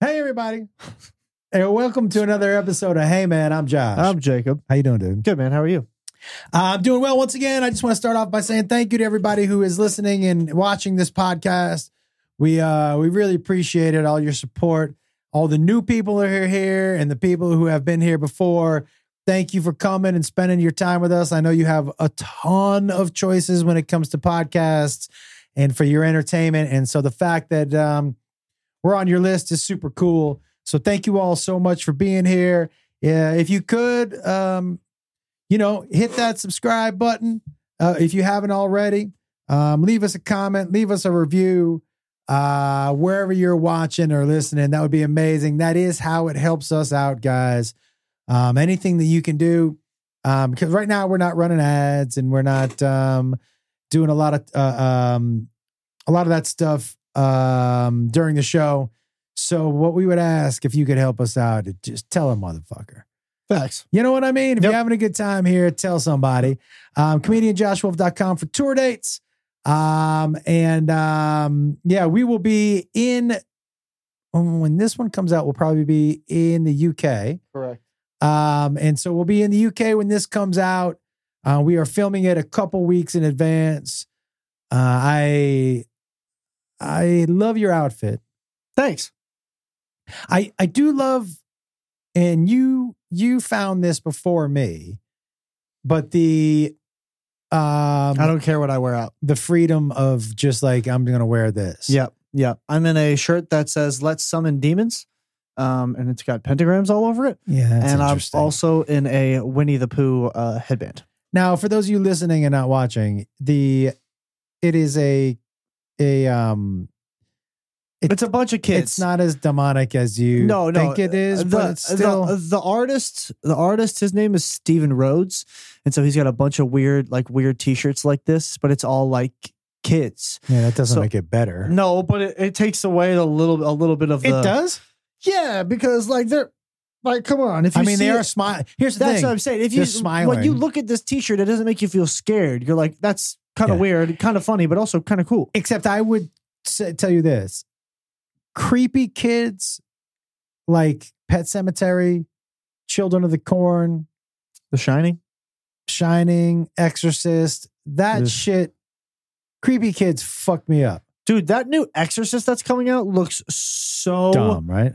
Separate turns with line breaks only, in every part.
Hey everybody. And welcome to another episode of Hey Man, I'm Josh.
I'm Jacob.
How you doing, dude?
Good man. How are you?
Uh, I'm doing well once again. I just want to start off by saying thank you to everybody who is listening and watching this podcast. We uh we really appreciate it, all your support. All the new people who are here and the people who have been here before. Thank you for coming and spending your time with us. I know you have a ton of choices when it comes to podcasts and for your entertainment. And so the fact that um, we're on your list is super cool. So thank you all so much for being here. Yeah, if you could, um, you know, hit that subscribe button uh, if you haven't already. Um, leave us a comment, leave us a review uh, wherever you're watching or listening. That would be amazing. That is how it helps us out, guys. Um, anything that you can do, um, because right now we're not running ads and we're not um, doing a lot of uh, um, a lot of that stuff um, during the show. So what we would ask if you could help us out, is just tell a motherfucker.
Facts.
You know what I mean? If
Yep.
you're having a good time here, tell somebody. Um, ComedianJoshWolf.com for tour dates. Um, and um, yeah, we will be in, when this one comes out, we'll probably be in the UK.
Correct.
Um, and so we'll be in the UK when this comes out. Uh, we are filming it a couple weeks in advance. Uh, I I love your outfit.
Thanks.
I I do love, and you you found this before me, but the um
I don't care what I wear out.
the freedom of just like I'm gonna wear this.
Yep. Yep. I'm in a shirt that says "Let's summon demons," um, and it's got pentagrams all over it.
yeah, that's
and I'm
interesting.
also in a Winnie the Pooh uh, headband.
Now, for those of you listening and not watching, the it is a a um It-
it's a bunch of kids.
it's not as demonic as you
No, no,
think it is,
the, uh,
but it's still
the, the artist. The artist. His name is Steven Rhodes, and so he's got a bunch of weird, like weird T-shirts like this, but it's all like kids.
yeah, that doesn't
so-
make it better.
No, but it, it takes away a little, a little bit of the.
does.
Yeah, because like they're like, come on. If you
I mean,
see
they are
it-
smiling. Here's the
that's what
thing.
I'm saying. If
They're
you
smiling.
when you look at this T-shirt, it doesn't make you feel scared. You're like, that's kind of
Yeah.
weird, kind of funny, but also kind of cool.
Except I would s- tell you this: creepy kids like Pet Cemetery, Children of the Corn,
The Shining.
Shining, Exorcist. That
Ugh.
shit, creepy kids fuck me up.
Dude, that new Exorcist that's coming out looks so
Dumb, right?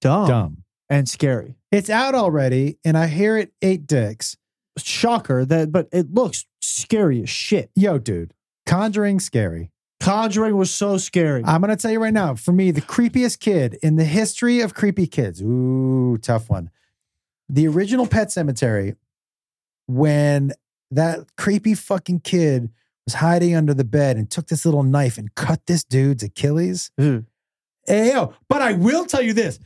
dumb,
Dumb.
and scary.
oh. It's out already, and I hear it eight dicks.
Shocker that, but it looks scary as shit.
Yo, dude, Conjuring scary.
Conjuring was so scary.
I'm gonna tell you right now. For me, the creepiest kid in the history of creepy kids. Ooh, tough one. The original Pet Cemetery, when that creepy fucking kid was hiding under the bed and took this little knife and cut this dude's Achilles.
Ew.
Hey, yo, but I will tell you this: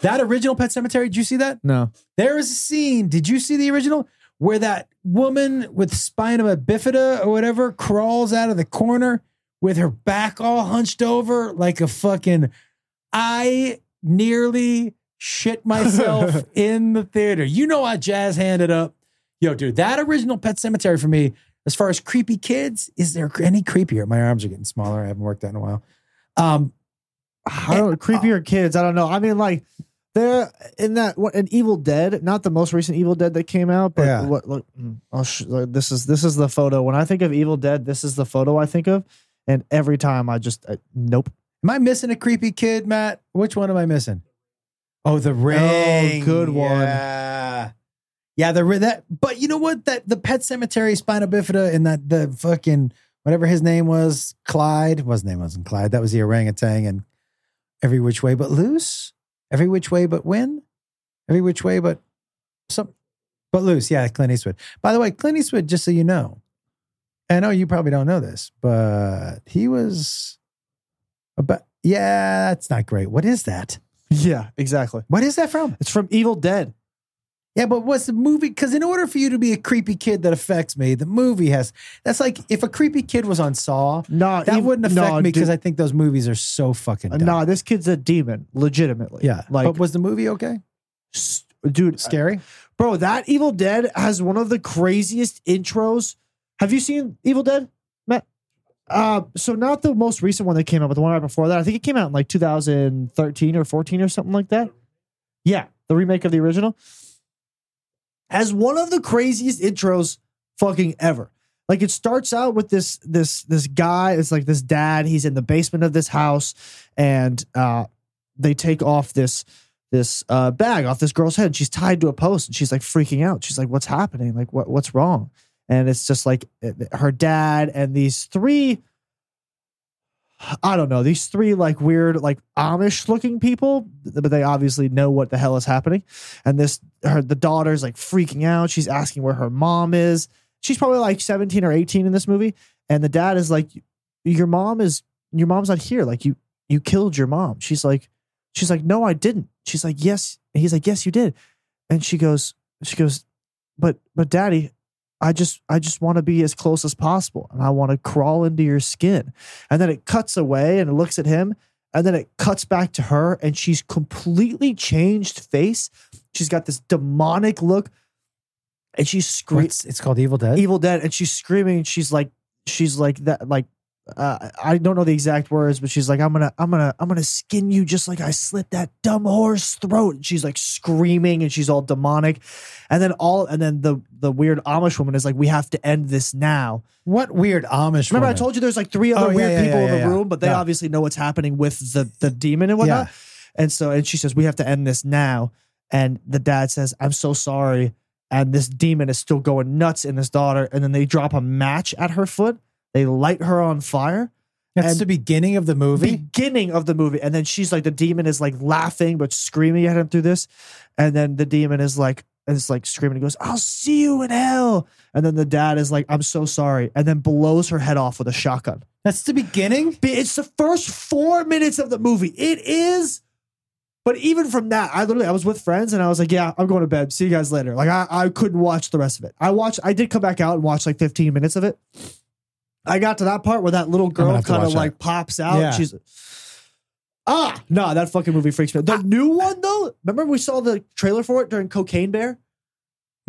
that original Pet Cemetery. Did you see that?
no,
There is a scene. Did you see the original where that woman with spina bifida or whatever crawls out of the corner with her back all hunched over like a fucking? I nearly shit myself in the theater. You know I jazz handed up. Yo, dude, that original Pet Cemetery for me, as far as creepy kids, is there any creepier? My arms are getting smaller. I haven't worked out in a while. Um,
I don't
uh,
creepier kids. I don't know. I mean, like they're in that what an Evil Dead, not the most recent Evil Dead that came out, but
Yeah.
what look, mm, I'll sh- like, this is this is the photo. When I think of Evil Dead, this is the photo I think of, and every time I just uh, nope.
Am I missing a creepy kid, Matt? Which one am I missing? Oh, the ring.
good one.
Yeah, yeah the ring. That, but you know what? That the Pet Cemetery Spina Bifida and that the fucking whatever his name was, Clyde. Well, his name wasn't Clyde. That was the orangutan and every which way but loose, every which way but win, every which way but some, but loose. Yeah, Clint Eastwood. By the way, Clint Eastwood. Just so you know, I know you probably don't know this, but he was. But yeah, that's not great. What is that?
Yeah, exactly.
What is that from?
It's from Evil Dead.
Yeah, but what's the movie? Because in order for you to be a creepy kid that affects me, the movie has. That's like if a creepy kid was on Saw,
No,
that
Ev-
wouldn't affect
no,
me because
dude,
I think those movies are so fucking. Dumb.
nah, this kid's a demon, legitimately.
yeah.
like
but was the movie okay?
s- dude,
Scary?
bro, that Evil Dead has one of the craziest intros. Have you seen Evil Dead, Matt? Uh, so not the most recent one that came out, but the one right before that. I think it came out in like 2013 or 14 or something like that. Yeah, the remake of the original has one of the craziest intros fucking ever. Like it starts out with this this this guy. It's like this dad. He's in the basement of this house, and uh, they take off this this uh, bag off this girl's head. and She's tied to a post, and she's like freaking out. She's like, "What's happening? Like, what what's wrong?" And it's just like it- her dad and these three. I don't know these three like weird like Amish looking people, but they obviously know what the hell is happening. And this her the daughter's like freaking out. She's asking where her mom is. She's probably like seventeen or eighteen in this movie, and the dad is like, "Your mom is your mom's not here. Like you you killed your mom." She's like, She's like, no, I didn't. She's like, yes. And he's like, yes, you did. And she goes, she goes, but, but daddy, I just, I just want to be as close as possible. And I want to crawl into your skin. And then it cuts away and it looks at him. And then it cuts back to her and she's completely changed face. She's got this demonic look and she's screaming.
What's- it's called Evil Dead.
Evil Dead, and she's screaming. And she's like, she's like that, like uh, I don't know the exact words, but she's like, I'm gonna, I'm gonna, I'm gonna skin you just like I slit that dumb horse throat. And she's like screaming, and she's all demonic, and then all, and then the the weird Amish woman is like, we have to end this now.
what weird Amish?
Remember, I
woman?
told you there's like three other
Oh, yeah,
weird
yeah,
people
yeah,
in the
yeah, yeah.
room, but they
Yeah.
obviously know what's happening with the the demon and whatnot. And so, and she says, We have to end this now. And the dad says, I'm so sorry. And this demon is still going nuts in his daughter. And then they drop a match at her foot. They light her on fire.
That's
and-
the beginning of the movie.
Beginning of the movie. And then she's like, the demon is like laughing, but screaming at him through this. And then the demon is like, is like screaming. He goes, I'll see you in hell. And then the dad is like, I'm so sorry. And then blows her head off with a shotgun.
That's the beginning.
Be- It's the first four minutes of the movie. It is. But even from that, I literally I was with friends and I was like, yeah, I'm going to bed. See you guys later. Like I, I couldn't watch the rest of it. I watched I did come back out and watch like 15 minutes of it. I got to that part where that little
gonna
girl
have to
kind of
watch that.
like pops out.
Yeah.
And she's ah no, that fucking movie freaks me out. The new one though, remember we saw the trailer for it during Cocaine Bear?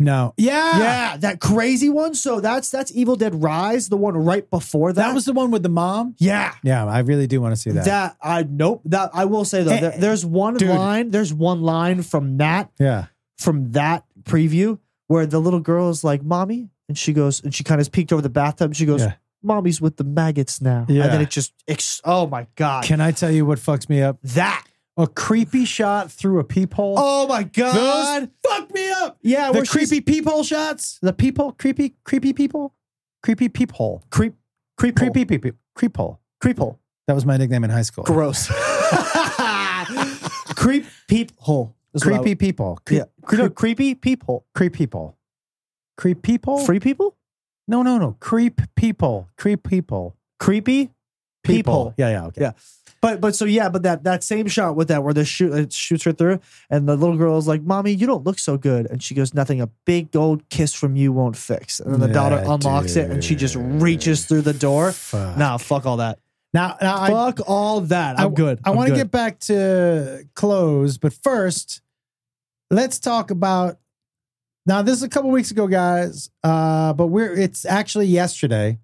No. Yeah.
Yeah, that crazy one. So that's that's Evil Dead Rise, the one right before that.
That was the one with the mom.
yeah.
Yeah, I really do want to see that.
That. I nope. That I will say though,
Hey,
there- there's one
dude.
line. There's one line from that
yeah.
from that preview where the little girl is like, "Mommy," and she goes, and she kind of peeked over the bathtub. and She goes,
Yeah.
"Mommy's with the maggots now."
Yeah.
And then it just, ex- oh my god,
Can I tell you what fucks me up?
that.
A creepy shot through a peephole.
Oh my god.
Those fuck me up.
yeah,
the
where she's-
creepy peephole shots. The people, creepy, creepy people, creepy peephole,
creep, creep,
creepy peep, creep hole.
creephole.
That was my nickname in high school.
Gross. creep peep hole. is what I-
creepy people, creep,
Yeah. Creep, no, creepy peephole.
creep people, creep people.
Free people.
no, no, no, creep people, creep people,
Creepy people.
Yeah, yeah, okay.
Yeah. But but so yeah, but that that same shot with that where the shoot it shoots her through, and the little girl is like, "Mommy, you don't look so good," and she goes, "Nothing. A big old kiss from you won't fix." And then the daughter
Yeah,
unlocks it, and she just reaches through the door.
Fuck.
Nah, fuck all that.
Now, now I,
fuck all that. I'm
I-
good.
I
I'm
want to
good.
get back to close, but first, let's talk about. Now, this is a couple weeks ago, guys, uh, but we're it's actually yesterday,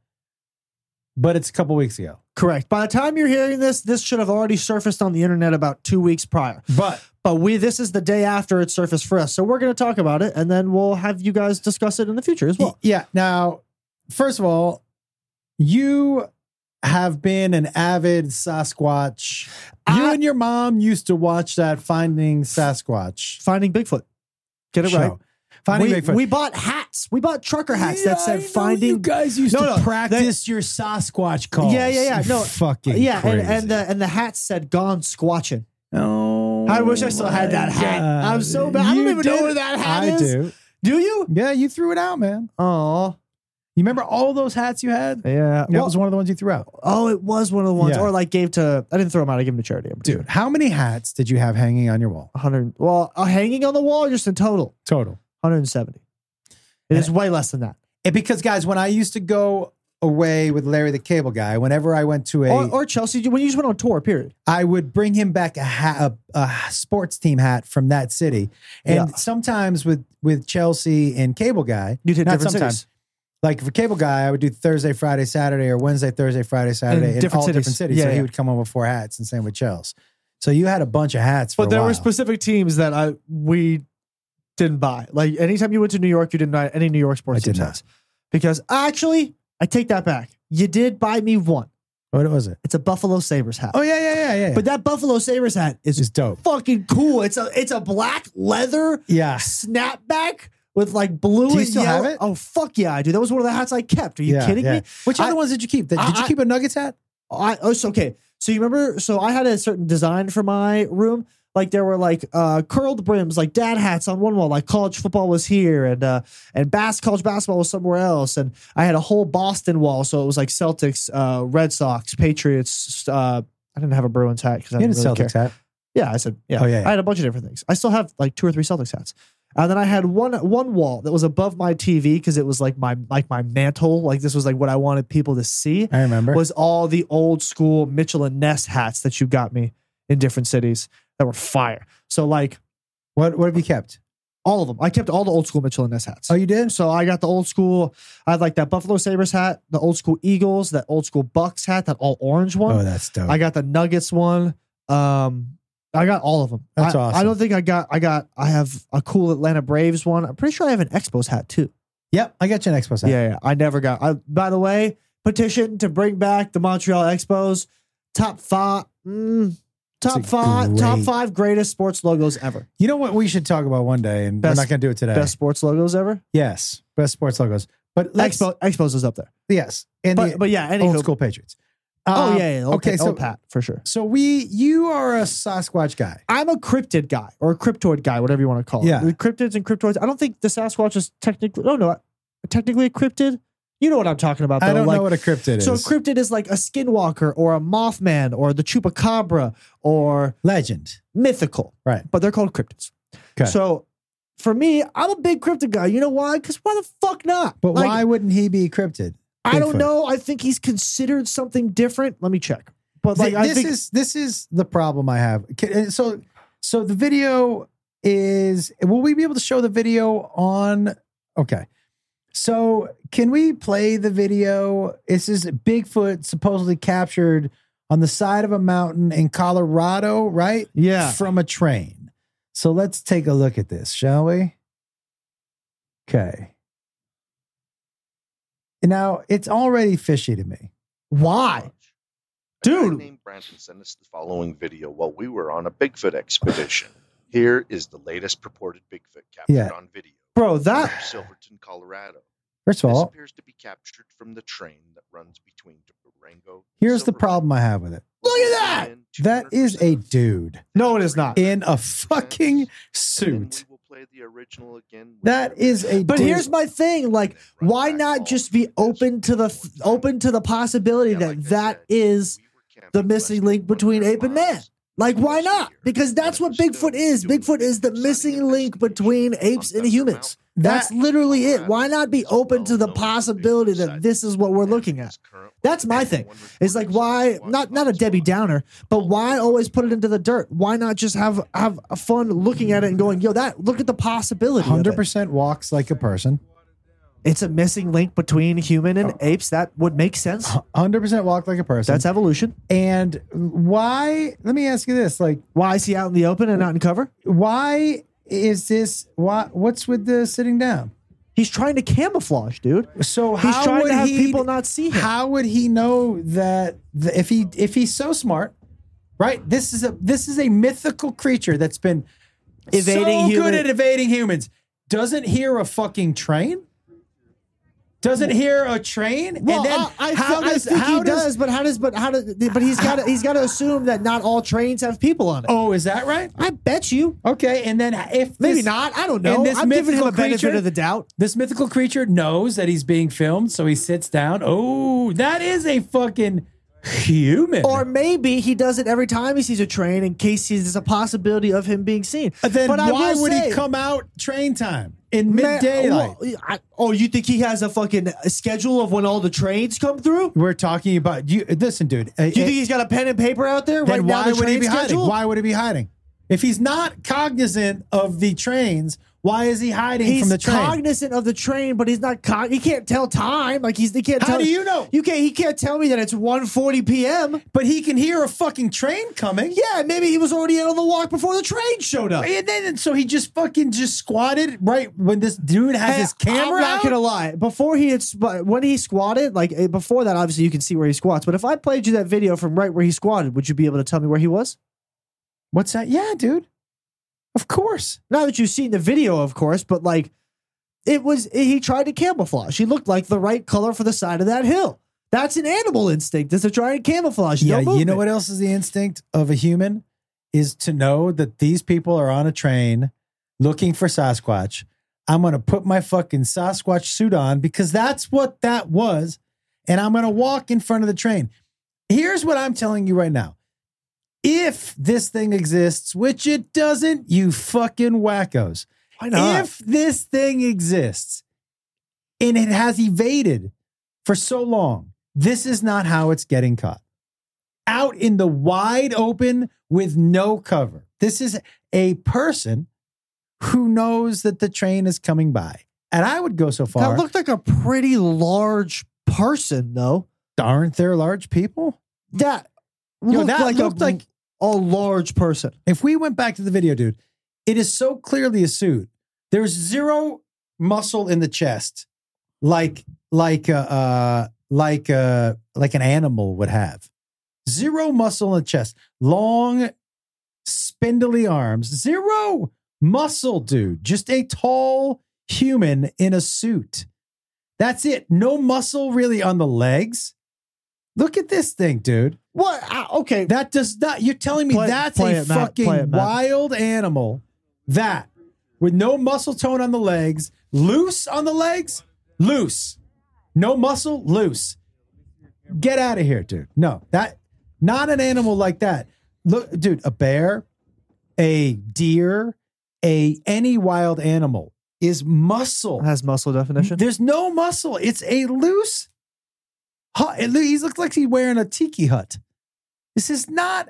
but it's a couple weeks ago.
correct. By the time you're hearing this, this should have already surfaced on the internet about two weeks prior.
But
But we this is the day after it surfaced for us, so we're gonna talk about it, and then we'll have you guys discuss it in the future as well.
y- yeah, now, first of all, you have been an avid Sasquatch. you
I-
and your mom used to watch that Finding Sasquatch
Finding Bigfoot. Get it
show.
right.
Finding
we,
Bigfoot.
we bought hats. We bought trucker hats
Yeah,
that
I
said
know You
finding.
guys used
No,
to
no, they-
practice your Sasquatch calls.
Yeah, yeah, yeah.
You
No,
fucking
Yeah, and,
crazy.
and the and the hats said "gone squatching."
oh,
I wish I still had
my
that hat.
God.
I'm so bad. I don't
You
even know
did-
where that hat
I
is.
do.
Do you?
Yeah, you threw it out, man.
Oh,
You remember all those hats you had?
yeah.
That
Well,
was one of the ones you threw out,
oh, it was one of the ones,
Yeah.
or like gave to. I didn't throw them out. I gave them to charity. I'm
dude. How many hats did you have hanging on your wall
100. Well, uh, hanging on the wall, just in total,
total?
170. It is way less than that.
And because guys, when I used to go away with Larry the Cable Guy, whenever I went to a, I
Or, or Chelsea, you- when you just went on tour, period.
would bring him back a hat, a, a sports team hat from that city, and
Yeah.
sometimes with with Chelsea and Cable Guy,
You did
Not
different
sometimes.
cities.
like for cable guy, I would do Thursday, Friday, Saturday, or Wednesday, Thursday, Friday, Saturday in, all
different cities.
different cities.
Yeah,
so he
yeah.
would come home with four hats and same with Chels. So you had a bunch of hats. For
But
a
there
while.
were specific teams that I we didn't buy. Like anytime you went to New York, you didn't buy any New York sports
I did
teams
not.
hats. Because actually, I take that back. You did buy me one.
What was it?
It's a Buffalo Sabres hat.
Oh yeah, yeah, yeah, yeah. yeah.
But that Buffalo Sabres hat is
it's just dope.
fucking cool. It's a it's a black leather
Yeah,
snapback with like blue
Ah. Do you
and
still
yellow.
have it?
Oh fuck yeah, I do. That was one of the hats I kept. Are you
yeah,
kidding
yeah.
me?
Which
I-
other ones did you keep? Did, did you
I-
keep a Nuggets hat?
I oh, so okay. So you remember? So I had a certain design for my room. Like there were like uh, curled brims, like dad hats on one wall. Like college football was here, and uh, and bas- college basketball was somewhere else. And I had a whole Boston wall, so it was like Celtics, uh, Red Sox, Patriots. Uh, I didn't have a Bruins hat because I
You had a
didn't really care.
Celtics hat.
Yeah, I said yeah.
Oh, yeah, yeah.
I had a bunch of different things. I still have like two or three Celtics hats. And then I had one one wall that was above my TV because it was like my like my mantle. Like this was like what I wanted people to see
I remember.
was all the old school Mitchell and Ness hats that you got me in different cities that were fire. So like
what What have you kept?
all of them, I kept all the old school Mitchell and Ness hats.
Oh, you did.
So I got the old school. I had like that Buffalo Sabres hat, the old school Eagles, that old school Bucks hat, that all orange one.
Oh, that's dope.
I got the Nuggets one. Um, I got all of them.
That's
I,
awesome.
I don't think I got. I got. I have a cool Atlanta Braves one. I'm pretty sure I have an Expos hat too.
yep, I got you an Expos hat.
Yeah, yeah. I never got. I, by the way, petition to bring back the Montreal Expos top five, mm, top
It's a
five, top
great-
five greatest sports logos ever.
You know what we should talk about one day, and
Best-
we're not going to do it today.
Best sports logos ever.
yes, best sports logos. But let's
Expo, Expos is up there.
yes, and
But
the
but yeah, anywho,
old school Patriots.
Oh
Um,
yeah, yeah. Okay,
okay, so-
Pat for sure.
So we, you are a Sasquatch guy.
I'm a cryptid guy or a cryptoid guy, whatever you want to call it.
Yeah.
The cryptids and cryptoids. I don't think the Sasquatch is technically. Oh no, technically a cryptid. You know what I'm talking about. Though.
I don't
like,
know what a cryptid is.
so a cryptid is like a skinwalker or a mothman or the chupacabra or
legend.
mythical.
Right.
But they're called cryptids.
'Kay.
So for me, I'm a big cryptid guy. You know why? Because why the fuck not?
But
Like,
why wouldn't he be cryptid?
I
Bigfoot?
don't know. I think he's considered something different. Let me check. But like,
Th-
I
this
think
is this is the problem I have. Ca- and So so the video is will we be able to show the video on okay. So can we play the video? This is Bigfoot supposedly captured on the side of a mountain in Colorado, right?
yeah.
From a train. So let's take a look at this, shall we? Okay. Now it's already fishy to me.
Why?
A guy
Dude.
named Brandon sent us the following video while we were on a Bigfoot expedition. Here is the latest purported Bigfoot captured
Yeah.
on video.
Bro, that
near Silverton, Colorado.
First of
This
all,
appears to be captured from the train that runs between Durango.
here's the problem I have with it.
Look at
That is a dude
No, it is not.
in a fucking suit.
We will play the original again with
That
your
is a
But
dude.
here's my thing, like why not just be open to the open to the possibility
Yeah, like I
that that
said,
is
we were camping
the missing
less than
link between
100
ape and man.
miles
like why not?
here,
Because
when
that's
it
what
was still
Bigfoot is.
doing
Bigfoot is the
Bigfoot
missing
sightings
link between
on
apes and
Thunder
humans.
Mountain.
That's
that
literally it. Why not be open to the possibility that this is what we're
And it
looking
is
at?
currently
That's my
only
thing.
one reported
It's like why
Sasquatch
not not a Debbie
hotspot.
Downer, but why always put it into the dirt? Why not just have have fun looking at it and going, yo, that look at the possibility. Hundred
100% walks like a person.
It's a missing link between human and apes. That would make sense.
100% walk like a person.
That's evolution.
and why? Let me ask you this: like,
Why is he out in the open and not in cover?
why is this? Why? What's with the sitting down?
He's trying to camouflage, dude.
So
He's
how
trying
would
to have
he,
people not see him.
How would he know that the, if he if he's so smart, right? This is a this is a mythical creature that's been so
Evading human-
good at evading humans. Doesn't hear a fucking train. Doesn't hear a train.
Well,
and then
I, I,
how
I
does
think
how
he does, but how does but how does but he's got to he's got to assume that not all trains have people on it.
Oh, is that right?
I bet you,
Okay, and then if
maybe
this,
not. I don't
and
know.
this
I'm giving him
mythical
a benefit
creature-
of the doubt.
This mythical creature knows that he's being filmed, so he sits down. Oh, that is a fucking human.
Or maybe he does it every time he sees a train in case he's- there's a possibility of him being seen.
then
but I
why
will
would
say-
he come out train time in
Ma-
midday? light?
well, I- oh, you think he has a fucking schedule of when all the trains come through?
We're talking about you. Listen, dude. eh,
Do you
eh,
think he's got a pen and paper out there
then
right now?
why
The
would he
train
be hiding?
schedule?
Why would he be hiding? If he's not cognizant of the trains Why is he hiding
He's
from the train?
cognizant of the train, but he's not. Con- he can't tell time. Like he's. He can't
How
tell.
do you know?
You can't. He can't tell me that it's 1.40 p.m.
but he can hear a fucking train coming.
Yeah, maybe he was already out on the walk before the train showed up.
And then and so he just fucking just squatted right when this dude has
Hey,
his camera
I'm not
out.
gonna lie. Before he had, sp- when he squatted, like eh, before that, obviously you can see where he squats. But if I played you that video from right where he squatted, would you be able to tell me where he was?
What's that? Yeah, dude. Of course.
Now that you've seen the video, of course, but like it was, eh, he tried to camouflage. He looked like the right color for the side of that hill. That's an animal instinct. Is to try and camouflage. no
Yeah, you know
movement.
what else is the instinct of a human is to know that these people are on a train looking for Sasquatch. I'm gonna put my fucking Sasquatch suit on because that's what that was, and I'm gonna walk in front of the train. Here's what I'm telling you right now. If this thing exists, which it doesn't, you fucking wackos.
Why not?
If this thing exists and it has evaded for so long, this is not how it's getting caught. Out in the wide open with no cover. This is a person who knows that the train is coming by. And I would go so far.
that looked like a pretty large person, though.
aren't there large people?
That
Yo,
looked
that
like
looked
a,
like-
a large person.
If we went back to the video, dude, it is so clearly a suit. There's zero muscle in the chest, like like uh, uh like uh like an animal would have. Zero muscle in the chest, long, spindly arms, zero muscle, dude. Just a tall human in a suit. That's it. No muscle really on the legs. Look at this thing, dude.
What? I- okay.
That does not. You're telling me
Play-
that's
play
a
it, Matt.
fucking
Play it, Matt.
wild animal. That with no muscle tone on the legs, loose on the legs, loose, no muscle, loose. Get out of here, dude. No, that not an animal like that. Look, dude, a bear, a deer, a any wild animal is muscle.
has muscle definition.
There's no muscle. It's a loose hut. It lo- He looks like he's wearing a tiki hut. This is not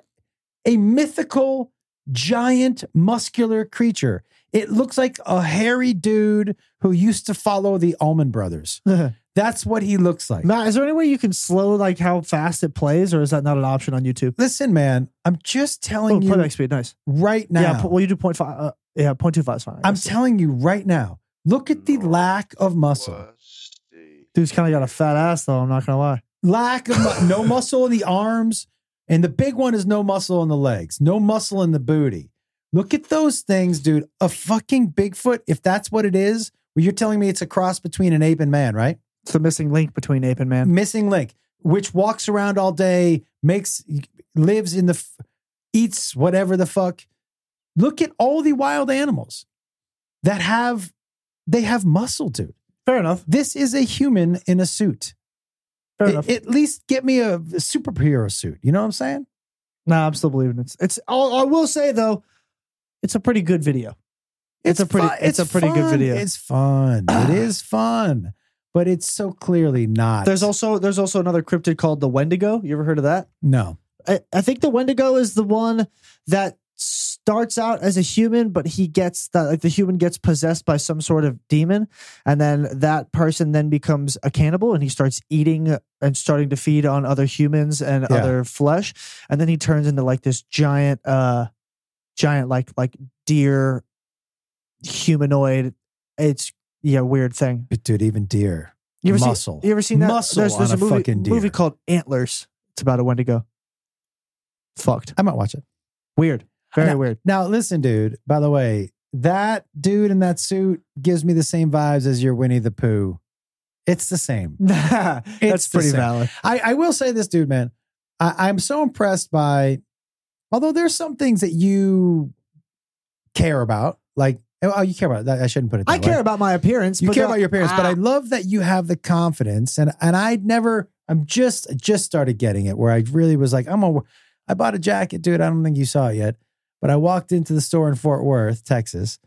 a mythical, giant, muscular creature. It looks like a hairy dude who used to follow the Allman Brothers. That's what he looks like.
Matt, is there any way you can slow like how fast it plays, or is that not an option on YouTube?
Listen, man, I'm just
Oh,
telling you
playback speed, nice.
right now.
Yeah, well, you do point five. Uh, yeah, point two five is fine. I
I'm
guess.
telling you right now. Look at the lack of muscle.
Let's see.
Dude's kind of got a fat ass though. I'm not gonna lie.
lack of mu- no muscle in the arms and the big one is no muscle in the legs no muscle in the booty look at those things dude a fucking bigfoot if that's what it is well you're telling me it's a cross between an ape and man right
It's the missing link between ape and man.
missing link which walks around all day makes lives in the f- eats whatever the fuck look at all the wild animals that have they have muscle dude
Fair enough.
this is a human in a suit
Fair
a-
enough.
at least get me a, a superhero suit. You know what I'm saying?
nah, I'm still believing it's. It's. I'll, I will say though, it's a pretty good video. It's a pretty-
fu-
it's a pretty good
fun.
video.
It's fun. it is fun, but it's so clearly not.
There's also there's also another cryptid called the Wendigo. You ever heard of that?
no.
I, I think the Wendigo is the one that starts out as a human, but he gets that like the human gets possessed by some sort of demon, and then that person then becomes a cannibal and he starts eating and starting to feed on other humans and
Yeah.
other flesh, and then he turns into like this giant, uh, giant like like deer humanoid. It's yeah, weird thing.
But dude, even deer
You ever seen?
muscle.
You ever seen that?
Muscle on a
movie,
fucking deer.
movie called Antlers. It's about a Wendigo. Fucked.
I might watch it.
Weird. Very
know.
weird.
Now, listen, dude. By the way, that dude in that suit gives me the same vibes as your Winnie the Pooh. It's the
Mm.
same.
That's
It's the
pretty
same.
valid.
I, I will say this, dude, man. I, I'm so impressed by, although there's some things that you care about, like oh, you care about. That, I shouldn't put it. That
I
way.
care about my appearance.
You
but
care
the-
about your parents, but I
Ah.
love that you have the confidence. And and I never, I'm just I just started getting it where I really was like, I'm a, I bought a jacket, dude. I don't think you saw it yet, but I walked into the store in Fort Worth, Texas,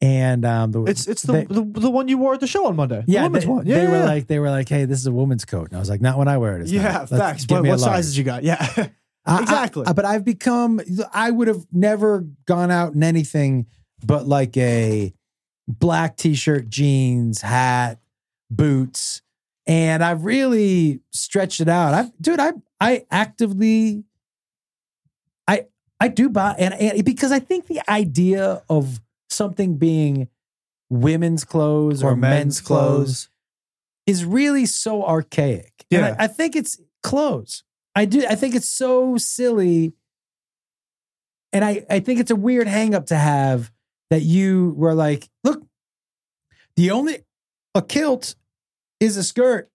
and um, the,
It's it's the,
they-
the the one you wore at the show on Monday. The
yeah,
women's
they,
one. Yeah,
they
yeah,
were
yeah.
like they were like, hey, this is a woman's coat, and I was like, not when I wear it. It's
yeah,
not. Let's-
facts.
give
What,
me a
what
large.
sizes you got? Yeah,
I- I-
Exactly.
I- but I've become, I would have never gone out in anything but like a black t-shirt, jeans, hat, boots, and I've really stretched it out. I've dude, I I actively I I do buy and, and because I think the idea of something being women's clothes or, men's clothes is really so archaic. And
Yeah.
I, I think it's clothes. I do. I think it's so silly. And I, I think it's a weird hang up to have that you were like, look, the only, a kilt is a skirt,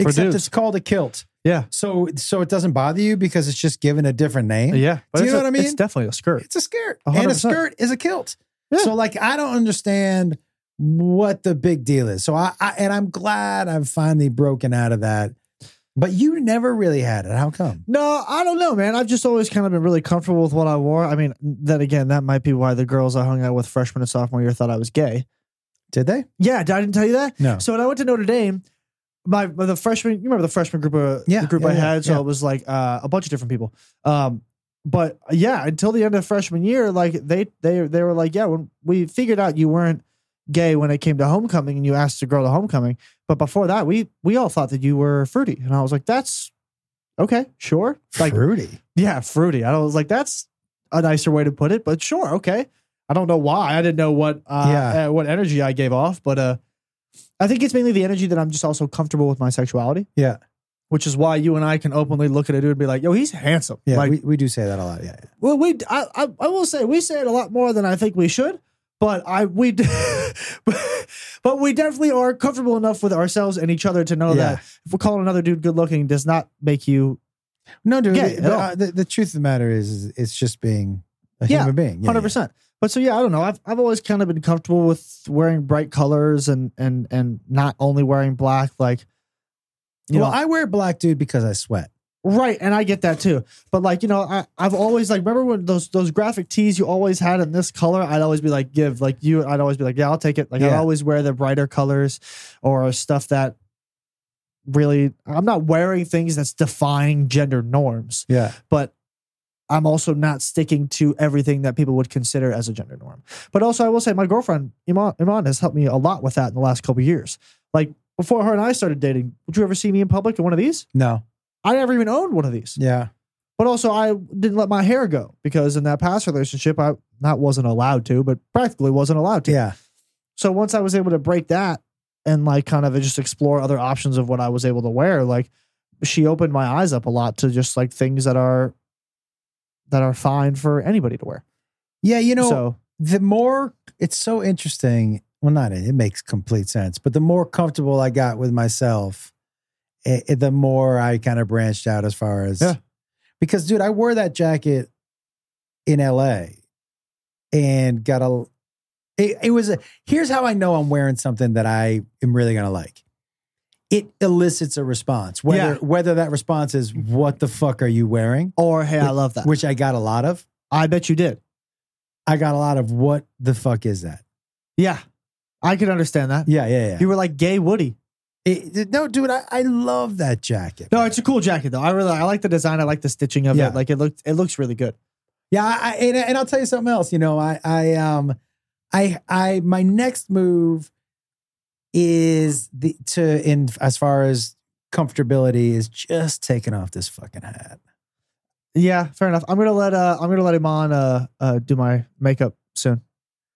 For
except
dudes.
it's called a kilt.
Yeah.
So, so it doesn't bother you because it's just given a different name.
Yeah. But
Do you
it's
know
a-
what I mean?
It's definitely a skirt.
It's a skirt.
A hundred
And a
percent.
skirt is a kilt.
Yeah.
So like I don't understand what the big deal is. So I, I and I'm glad I've finally broken out of that. But you never really had it. How come?
No, I don't know, man. I've just always kind of been really comfortable with what I wore. I mean, then again, that might be why the girls I hung out with freshman and sophomore year thought I was gay.
Did they?
Yeah, I didn't tell you that.
No.
So when I went to Notre Dame, my, my- the freshman, you remember the freshman group, uh,
Yeah,
the group
yeah,
I
yeah,
had. So
yeah.
it was like uh, a bunch of different people. Um, but yeah, until the end of freshman year, like they they they were like, yeah, when we figured out you weren't gay when it came to homecoming, and you asked a girl to homecoming. But before that, we we all thought that you were fruity, and I was like, that's okay, sure. Like,
Fruity.
yeah, fruity. I was like, that's a nicer way to put it, but sure, okay. I don't know why. I didn't know what uh,
Yeah.
uh, what energy I gave off, but uh, I think it's mainly the energy that I'm just also comfortable with my sexuality.
Yeah.
which is why you and I can openly look at a dude and be like, "Yo, he's handsome."
Yeah,
like,
we, we do say that a lot. Yeah. yeah.
well, we I, I I will say we say it a lot more than I think we should, but I we d- but we definitely are comfortable enough with ourselves and each other to know
Yeah.
that if we're calling another dude good looking does not make you
No, dude. the-
Gay at
but,
all.
uh, the, the truth of the matter is, is it's just being a
Yeah,
human being. Yeah,
hundred percent. But so yeah, I don't know. I've I've always kind of been comfortable with wearing bright colors and and and not only wearing black. Like,
yeah.
you
Well,
know,
I wear black, dude, because I sweat.
right, and I get that too. But like, you know, I I've always like remember when those those graphic tees you always had in this color. I'd always be like, give like you. I'd always be like, yeah, I'll take it. Like I'd
Yeah.
always wear the brighter colors or stuff that really I'm not wearing things that's defying gender norms
Yeah.
but I'm also not sticking to everything that people would consider as a gender norm. But also, I will say my girlfriend Iman, Iman has helped me a lot with that in the last couple of years. Like before her and I started dating, would you ever see me in public in one of these?
No.
I never even owned one of these.
Yeah.
But also, I didn't let my hair go because in that past relationship, I not wasn't allowed to, but practically wasn't allowed to.
Yeah.
So once I was able to break that and like kind of just explore other options of what I was able to wear, like she opened my eyes up a lot to just like things that are that are fine for anybody to wear.
Yeah. You know,
so
the more it's so interesting well not it makes complete sense but the more comfortable i got with myself it, it- the more i kind of branched out as far as
Yeah.
because dude i wore that jacket in la and got a it, it was a here's how i know i'm wearing something that i am really gonna like it elicits a response whether
Yeah.
whether that response is what the fuck are you wearing
or hey, I love that.
which i got a lot of
I bet you did.
i got a lot of what the fuck is that
Yeah. I could understand that.
yeah yeah yeah
You were like gay Woody.
It, it- no, dude, I, I love that jacket.
No,
man.
it's a cool jacket though. I really I like the design. I like the stitching of
Yeah.
it. Like it looked it looks really good.
yeah, I, I- and, and I'll tell you something else. You know, I I um I I my next move is the to in as far as comfortability is just taking off this fucking hat.
Yeah, fair enough. I'm gonna let uh I'm gonna let Iman uh uh do my makeup soon.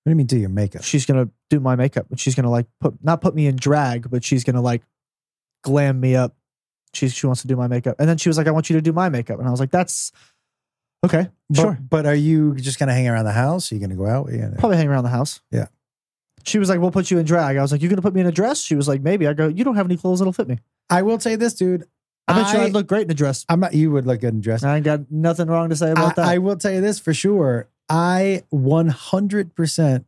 What do you mean do your makeup?
she's gonna do my makeup and she's gonna like put not put me in drag, but she's gonna like glam me up. She she wants to do my makeup, and then she was like, "I want you to do my makeup," and I was like, "That's okay,
But,
sure."
But are you just gonna hang around the house? Are you gonna go out? What Are you gonna-
Probably hang around the house.
Yeah.
She was like, "We'll put you in drag." I was like, "You gonna put me in a dress?" She was like, "Maybe." I go, "You don't have any clothes that'll fit me."
I will say this, dude.
I bet you
I-
I'd look great in a dress.
I'm not. You would look good in dress.
I ain't got nothing wrong to say about
I,
that.
I will tell you this for sure. I 100%,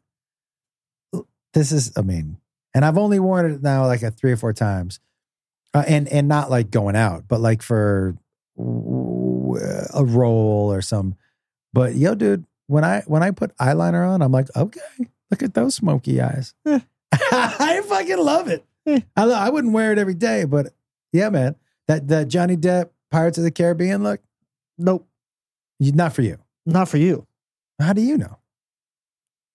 this is, I mean, and I've only worn it now like a three or four times. Uh, and and not like going out, but like for w- a role or some. But yo, dude, when I when I put eyeliner on, I'm like, okay, look at those smoky eyes.
Yeah.
I fucking love it.
Yeah.
I lo- I wouldn't wear it every day, but yeah, man, that that Johnny Depp Pirates of the Caribbean look,
nope,
you- not for you.
not for you,
How do you know?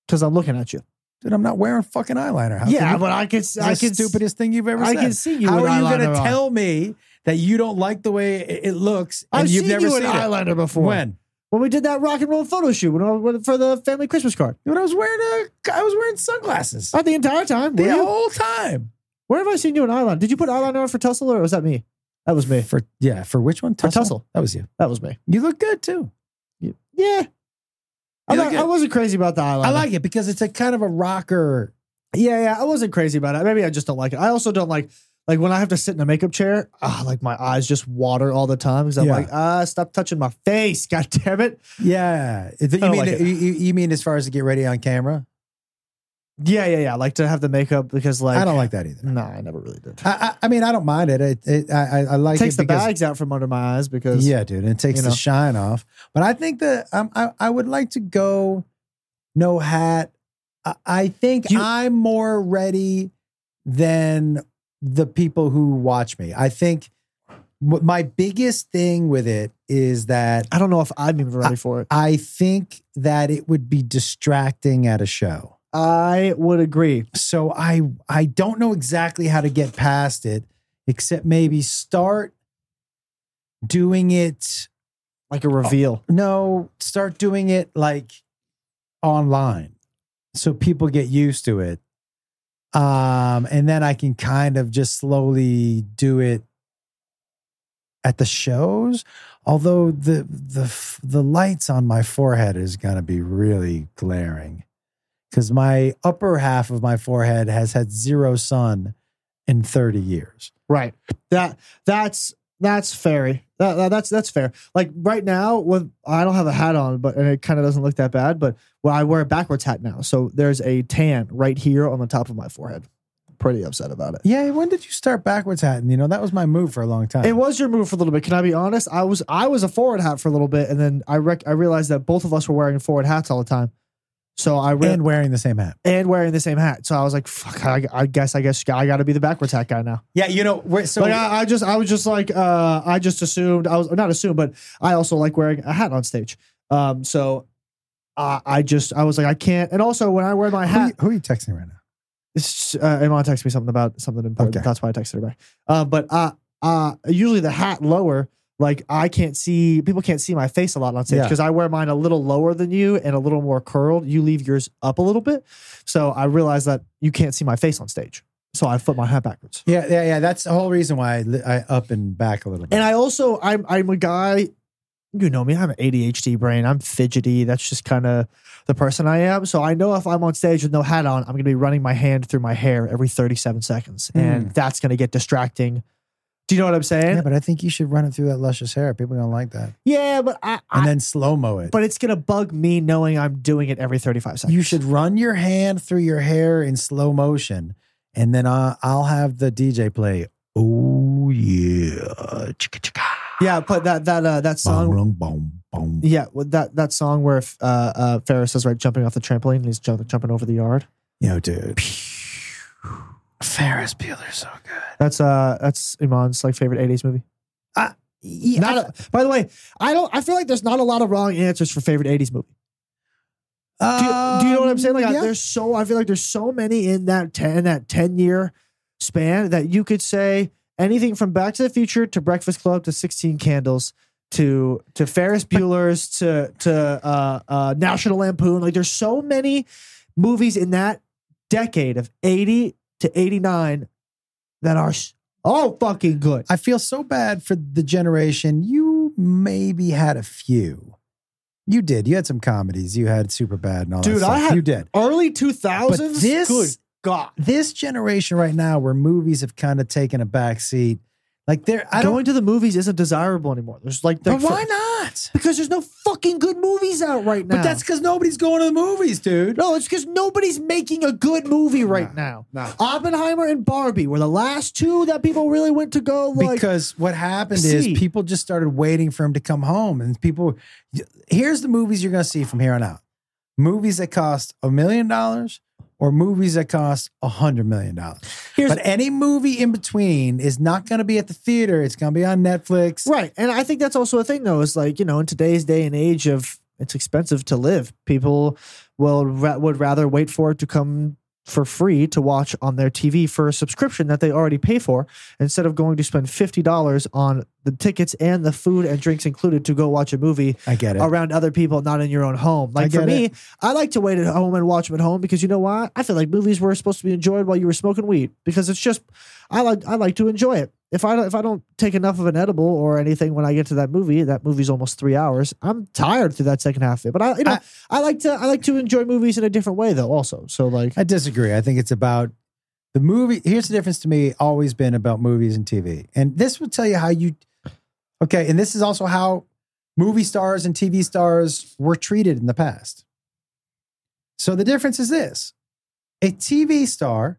because I'm looking at you.
Dude, I'm not wearing fucking eyeliner. How
yeah,
can you,
but I could.
it's
I
the
could.
stupidest thing you've ever
I
said.
can see you.
How
with
are you
eyeliner
going to
on.
tell me that you don't like the way it it looks and
I've
you've
seen
never
you in
seen it?
eyeliner before.
When?
When we did that rock and roll photo shoot when I, when, for the family Christmas card.
When I was wearing a, I was wearing sunglasses
Not the entire time.
the
Oh, were you?
whole time.
Where have I seen you in eyeliner? Did you put eyeliner on for Tussle or was that me? That was me.
For yeah, for which one?
For
Tussle.
Tussle.
That was you.
That was me.
You look good too.
Yeah. I'm
You
not-
look
I
good.
wasn't crazy about the eyeliner.
I like it because it's a kind of a rocker.
Yeah, yeah. I wasn't crazy about it. Maybe I just don't like it. I also don't like like when I have to sit in a makeup chair. Ah, like my eyes just water all the time because I'm
Yeah.
like, ah, stop touching my face. God damn it.
Yeah, Is it-
I
you
don't
mean
like it.
you, you you mean as far as to get ready on camera?
Yeah, yeah, yeah. I Like to have the makeup because like
I don't like that either.
No, I never really did.
I, I, I mean, I don't mind it. It, it I, I- I like
It takes
it
the
because,
bags out from under my eyes because
Yeah, dude, and it takes
you
the
know.
shine off. But I think that um, I I would like to go no hat. I, I think
You-
I'm more ready than the people who watch me. I think what my biggest thing with it is that
I don't know if I'm even ready for it.
I think that it would be distracting at a show.
I would agree.
so I I don't know exactly how to get past it, except maybe start doing it.
Like a reveal.
No, start doing it like online, so people get used to it. Um, and then I can kind of just slowly do it at the shows. Although the the f- the lights on my forehead is gonna be really glaring because my upper half of my forehead has had zero sun in 30 years.
Right. That that's that's fairy. That, that- that's that's fair. Like right now, when I don't have a hat on, but and it kind of doesn't look that bad. But well, I wear a backwards hat now, so there's a tan right here on the top of my forehead. Pretty upset about it.
Yeah, when did you start backwards hatting? You know, that was my move for a long time.
It was your move for a little bit. Can I be honest? I was I was a forward hat for a little bit, and then I rec- I realized that both of us were wearing forward hats all the time. So I ran
and wearing the same hat.
and wearing the same hat. So I was like, fuck. I, I guess I guess I got to be the backwards hat guy now.
Yeah, you know, we're- so
like I, I just I was just like uh I just assumed I was not assumed but I also like wearing a hat on stage um so I I just I was like I can't and also when I wear my
who, are you,
hat
who are you texting right now?
it's, uh, Iman texted me something about something important
Okay.
that's why I texted her back uh, but uh uh usually the hat lower like I can't see people can't see my face a lot on stage
Yeah.
because I wear mine a little lower than you and a little more curled you leave yours up a little bit so I realized that you can't see my face on stage so I flip my hat backwards.
Yeah, yeah, yeah. That's the whole reason why I, li- I up and back a little bit.
And I also I'm I'm a guy, you know me, I'm an ADHD brain. I'm fidgety. That's just kind of the person I am. So I know if I'm on stage with no hat on, I'm gonna be running my hand through my hair every 37 seconds.
Hmm.
And that's gonna get distracting. Do you know what I'm saying?
yeah, but I think you should run it through that luscious hair. People don't like that.
Yeah, but I, I-
And then slow mo it.
but it's gonna bug me knowing I'm doing it every 35 seconds.
you should run your hand through your hair in slow motion, and then I, I'll have the DJ play. Oh yeah, chicka chicka.
Yeah, but that that uh, that song
Boom, boom, boom, boom.
Yeah, with that that song where if, uh, uh, Ferris is right jumping off the trampoline and he's jump, jumping over the yard.
Yo, dude. Ferris Bueller's so good.
That's uh that's Iman's like favorite 80s movie.
Yeah,
Not a- by the way, I don't. I feel like there's not a lot of wrong answers for favorite '80s movie. Do you, do you know what I'm saying?
Uh, Um,
Like, I- there's so I feel like there's so many in that ten in that ten year span that you could say anything from Back to the Future to Breakfast Club to Sixteen Candles to to Ferris Bueller's to to uh, uh, National Lampoon. Like, there's so many movies in that decade of '80 to '89 that are s- all fucking good.
I feel so bad for the generation. You maybe had a few. You did. You had some comedies. You had Super Bad and all
Dude,
that.
I
stuff.
had-
You did.
Early 2000s.
But this-
good God.
This generation right now, where movies have kind of taken a back seat, like there. I don't.
going to the movies isn't desirable anymore. There's like,
But
the-
why not?
Because there's no fucking good movies out right now.
But that's because nobody's going to the movies, dude.
no, it's because nobody's making a good movie right now.
no.
Oppenheimer and Barbie were the last two that people really went to go like.
because what happened
see.
is people just started waiting for him to come home and people here's the movies you're going to see from here on out movies that cost a million dollars or movies that cost a hundred million dollars
Here's-
but any movie in between is not going to be at the theater it's going to be on netflix
Right. And I think that's also a thing, though, is like, you know, in today's day and age of It's expensive to live. People will ra- would rather wait for it to come for free to watch on their TV for a subscription that they already pay for instead of going to spend fifty dollars on the tickets and the food and drinks included to go watch a movie
I get it.
around other people, not in your own home. Like for
get
me, I like to wait at home and watch them at home because you know why? I feel like movies were supposed to be enjoyed while you were smoking weed because it's just I like I like to enjoy it. If I don't- if I don't take enough of an edible or anything when I get to that movie, that movie's almost three hours. I'm tired through that second half of it. But I you know I,
I-
like to I like to enjoy movies in a different way though. Also, so like
I disagree. I think it's about the movie. Here's the difference to me always been about movies and TV. And this will tell you how you, okay. And this is also how movie stars and TV stars were treated in the past. So the difference is this a TV star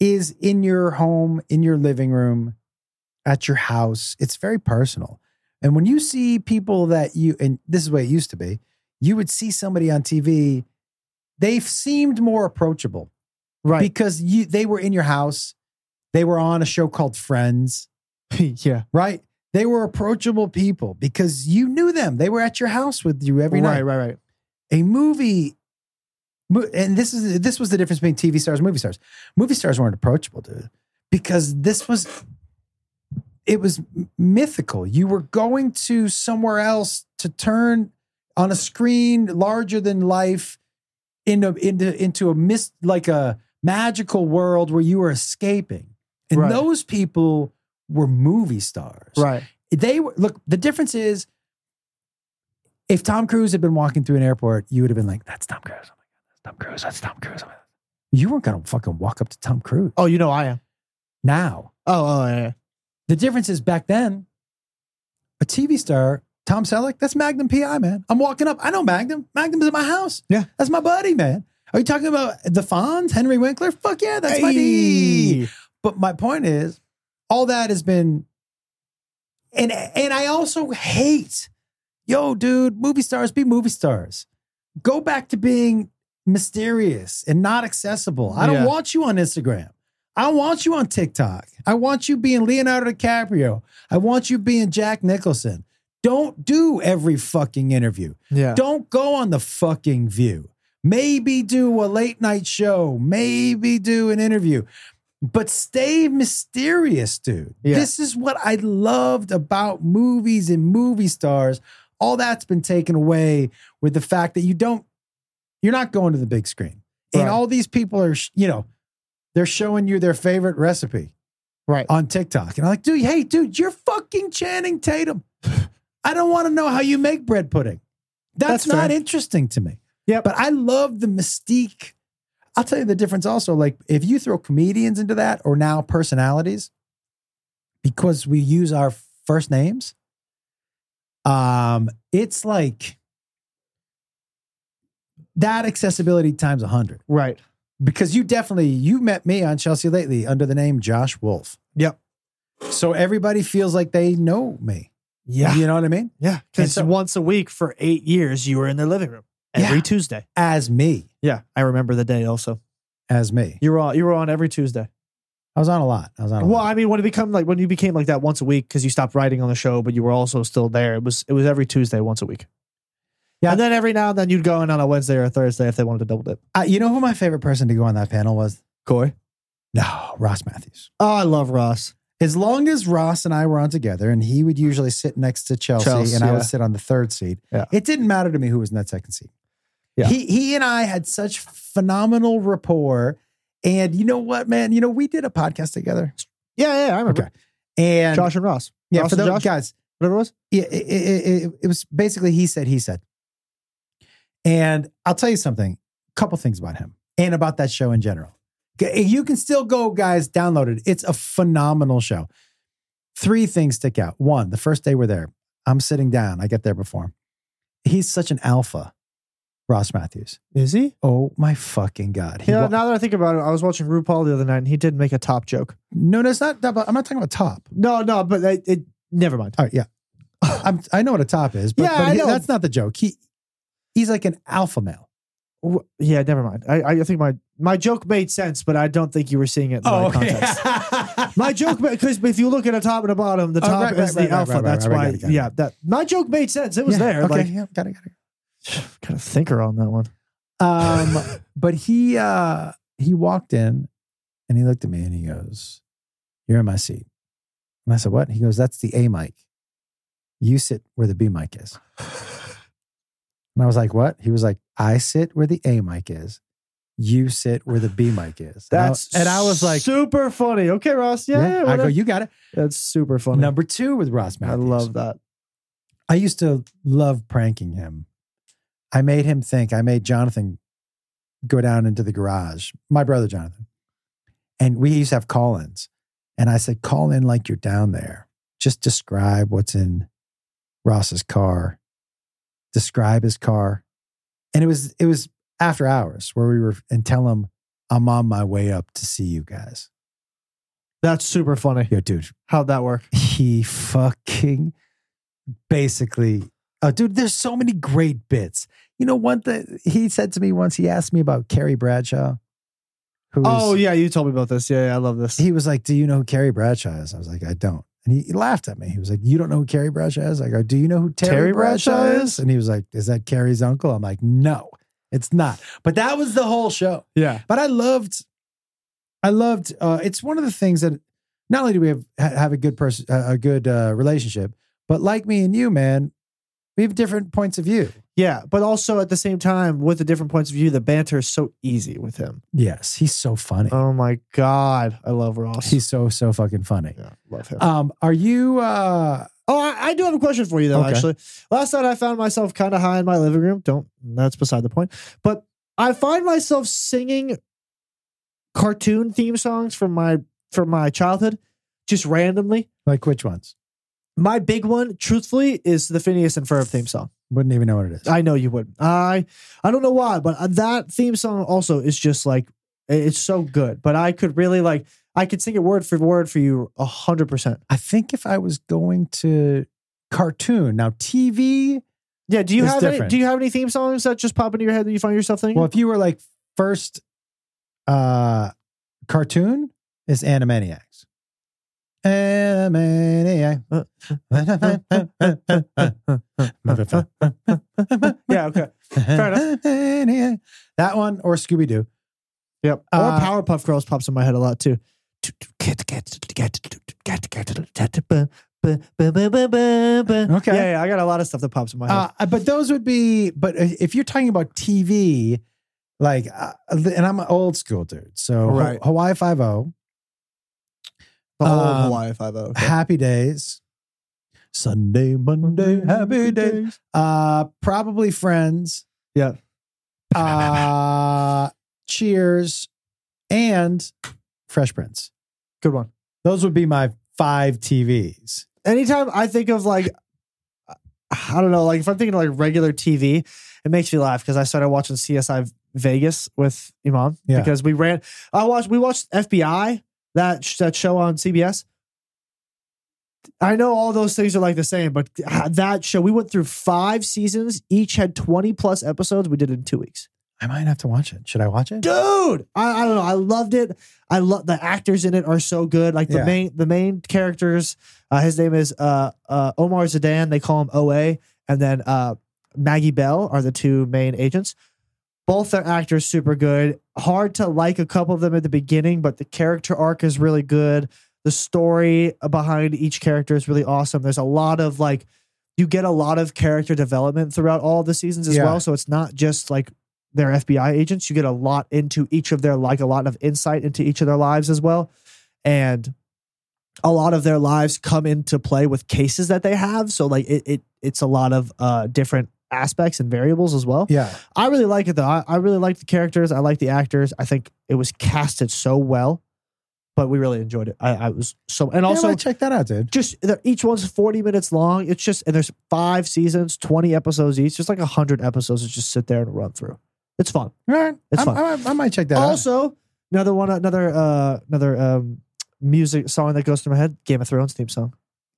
is in your home, in your living room, at your house. It's very personal. And when you see people that you, and this is the way it used to be, you would see somebody on TV they seemed more approachable
right
because you they were in your house. They were on a show called Friends,
yeah
right? They were approachable people because you knew them. They were at your house with you every night.
right right right
A movie mo- and this is this was the difference between TV stars and movie stars. Movie stars weren't approachable, dude, because this was it was m- mythical. You were going to somewhere else to turn on a screen larger than life into into into a mist like a magical world where you were escaping. And
Right.
those people were movie stars.
right
They were look, the difference is if Tom Cruise had been walking through an airport, you would have been like, that's Tom Cruise. Oh my God, that's Tom Cruise. That's Tom Cruise. Oh my God. You weren't gonna fucking walk up to Tom Cruise.
oh you know I am
Now.
oh oh yeah, yeah.
The difference is back then, a TV star, Tom Selleck, that's Magnum PI, man. I'm walking up. I know Magnum. Magnum's at my house.
Yeah.
That's my buddy, man. Are you talking about the Fonz, Henry Winkler? Fuck yeah, that's my D.
Hey.
But my point is, all that has been, and and I also hate, yo, dude, movie stars be movie stars. Go back to being mysterious and not accessible. I don't
Yeah.
want you on Instagram. I want you on TikTok. I want you being Leonardo DiCaprio. I want you being Jack Nicholson. Don't do every fucking interview.
yeah
Don't go on the fucking view. Maybe do a late night show. Maybe do an interview. But stay mysterious, dude.
Yeah.
This is what I loved about movies and movie stars. All that's been taken away with the fact that you don't, you're not going to the big screen. And
Right.
all these people are, sh- you know, they're showing you their favorite recipe
right
on TikTok. And I'm like, dude, hey, dude, you're fucking Channing Tatum. I don't want to know how you make bread pudding. That's,
That's
not
fair.
interesting to me.
Yep.
But I love the mystique. I'll tell you the difference also. Like, if you throw comedians into that or now personalities, because we use our first names, um, it's like that accessibility times a 100
right
because you definitely you met me on Chelsea lately under the name Josh Wolf.
Yep.
So everybody feels like they know me.
yeah
You know what I mean?
Yeah,
And
because
so-
once a week for eight years, you were in their living room every
Yeah.
Tuesday.
As me,
Yeah, I remember the day. Also,
as me.
you were on, you were on every Tuesday.
I was on a lot. I was on. A
Well,
lot.
I mean, when it become like when you became like that once a week because you stopped writing on the show, but you were also still there. It was it was every Tuesday, once a week.
Yeah.
Yeah, and then every now and then you'd go in on a Wednesday or a Thursday if they wanted to double dip.
I, Uh, you know who my favorite person to go on that panel was?
Coy.
No, Ross Matthews.
Oh, I love Ross.
As long as Ross and I were on together, and he would usually sit next to Chelsea,
Chelsea,
and I
yeah.
would sit on the third seat.
Yeah.
It didn't matter to me who was in that second seat.
Yeah.
He he and I had such phenomenal rapport. And you know what, man? You know, we did a podcast together.
Yeah, yeah, I remember
Okay. And
Josh and Ross.
yeah,
Ross
for
and
those
Josh?
guys,
Whatever it was.
yeah, it, it, it, it was basically he said, he said. And I'll tell you something, a couple things about him and about that show in general. G- You can still go, guys, download it. It's a phenomenal show. Three things stick out. One, the first day we're there, I'm sitting down, I get there before him. He's such an alpha, Ross Matthews.
Is he?
Oh my fucking God. He
Yeah.
wa-
now that I think about it, I was watching RuPaul the other night, and he did make a top joke.
no, no, it's not. I'm not talking about top.
No, no, but it, it never mind.
All right, yeah. I'm, I know what a top is, but,
Yeah,
but
I
he-
know.
that's not the joke. He, he's like an alpha male.
Wh- Yeah, never mind. I, I think my my joke made sense, but I don't think you were seeing it in
Oh,
the right context. my joke, because if you look at a top and a bottom, the
Oh,
top
right, right,
is
right,
the
right,
alpha.
right, right,
That's
right,
why.
got it, got it,
yeah,
got
that my joke made sense. It was
Yeah,
there.
Okay,
Like
yeah, got it, got it.
Kind of thinker on that one.
Um, but he uh he walked in and he looked at me and he goes, You're in my seat. And I said, What? He goes, That's the A mic. You sit where the B mic is. And I was like, What? He was like, I sit where the A mic is. You sit where the B mic is. And I-
That's
and I, was like,
super funny. Okay, Ross. Yeah, yeah.
I go,
whatever.
You got it.
That's super funny.
Number two with Ross
I
Matthews.
love that.
I used to love pranking him. I made him think, I made Jonathan go down into the garage, my brother Jonathan. And we used to have call ins. And I said, call in like you're down there. Just describe what's in Ross's car, describe his car. And it was, it was after hours where we were, and tell him, I'm on my way up to see you guys.
That's super funny.
Yo, dude,
How'd that work?
he fucking basically oh dude there's so many great bits you know one thing he said to me once he asked me about carrie bradshaw who was,
Oh yeah, you told me about this. Yeah, yeah I love this.
he was like do you know who carrie bradshaw is i was like i don't and he, he laughed at me he was like you don't know who carrie bradshaw is i go do you know who terry,
Terry
bradshaw,
Bradshaw
is
is?
and he was like is that carrie's uncle i'm like no it's not but that was the whole show
yeah,
but I loved, I loved. Uh, it's one of the things that not only do we have ha- have a good person, uh, a good uh, relationship, but like me and you, man, we have different points of view.
yeah. But also at the same time, with the different points of view, the banter is so easy with him.
Yes, he's so funny.
Oh my god, I love Ross.
he's so so fucking funny.
yeah, love him.
Um, are you? Uh,
Oh, I, I do have a question for you though.
Okay.
Actually, last night I found myself kind of high in my living room. Don't. That's beside the point. But I find myself singing cartoon theme songs from my from my childhood, just randomly.
like which ones?
My big one, truthfully, is the Phineas and Ferb theme song.
Wouldn't even know what it is.
I know you wouldn't. I I don't know why, but uh, that theme song also is just like it- it's so good. But I could really like I could sing it word for word for you a hundred percent.
I think if I was going to cartoon now TV.
Yeah. Do you
It's
have any,
different.
do you have any theme songs that just pop into your head that you find yourself thinking?
Well, if you were like first, uh, cartoon is Animaniacs. Animaniac.
yeah. Okay.
That one or Scooby Doo.
Yep. Or
Uh,
Powerpuff Girls pops in my head a lot too. Okay. Yeah, yeah, I got a lot of stuff that pops in my head.
Uh, but those would be. But if you're talking about TV, like, uh, and I'm an old school dude, so
Right.
Ho- Hawaii Five O,
the whole
um,
Hawaii Five O.
Happy Days, Sunday, Monday, Happy Days. Uh, probably Friends.
Yeah.
Uh, Cheers, and Fresh Prince.
Good one.
Those would be my five TVs.
anytime I think of like, I don't know, like if I'm thinking of like regular TV, it makes me laugh because I started watching CSI Vegas with Imam
Yeah.
because we ran. I watched we watched FBI that sh- that show on CBS. I know all those things are like the same, but ah, that show we went through five seasons, each had twenty plus episodes. We did it in two weeks
I might have to watch it. Should I watch it?
dude. I, I don't know. I loved it. I love the actors in it are so good. Like the
Yeah.
main the main characters. Uh, his name is uh, uh, Omar Zidane. They call him OA, and then uh, Maggie Bell are the two main agents. Both their actors super good. Hard to like a couple of them at the beginning, but the character arc is really good. The story behind each character is really awesome. There's a lot of like, you get a lot of character development throughout all the seasons as
Yeah.
well. So it's not just like their FBI agents. You get a lot into each of their like a lot of insight into each of their lives as well, and a lot of their lives come into play with cases that they have. So like it, it it's a lot of uh different aspects and variables as well.
Yeah.
I really like it though. I, I really like the characters. I like the actors. I think it was casted so well, but we really enjoyed it. I, I was so and
Also,
also
check that out, dude.
just they're- each one's 40 minutes long. It's just, and there's five seasons, 20 episodes each, just like 100 episodes to just sit there and run through. It's fun.
All right.
It's
I'm-
fun.
I, might- I might check that out.
Also, another one, another, uh, another, um, music song that goes through my head Game of Thrones theme song.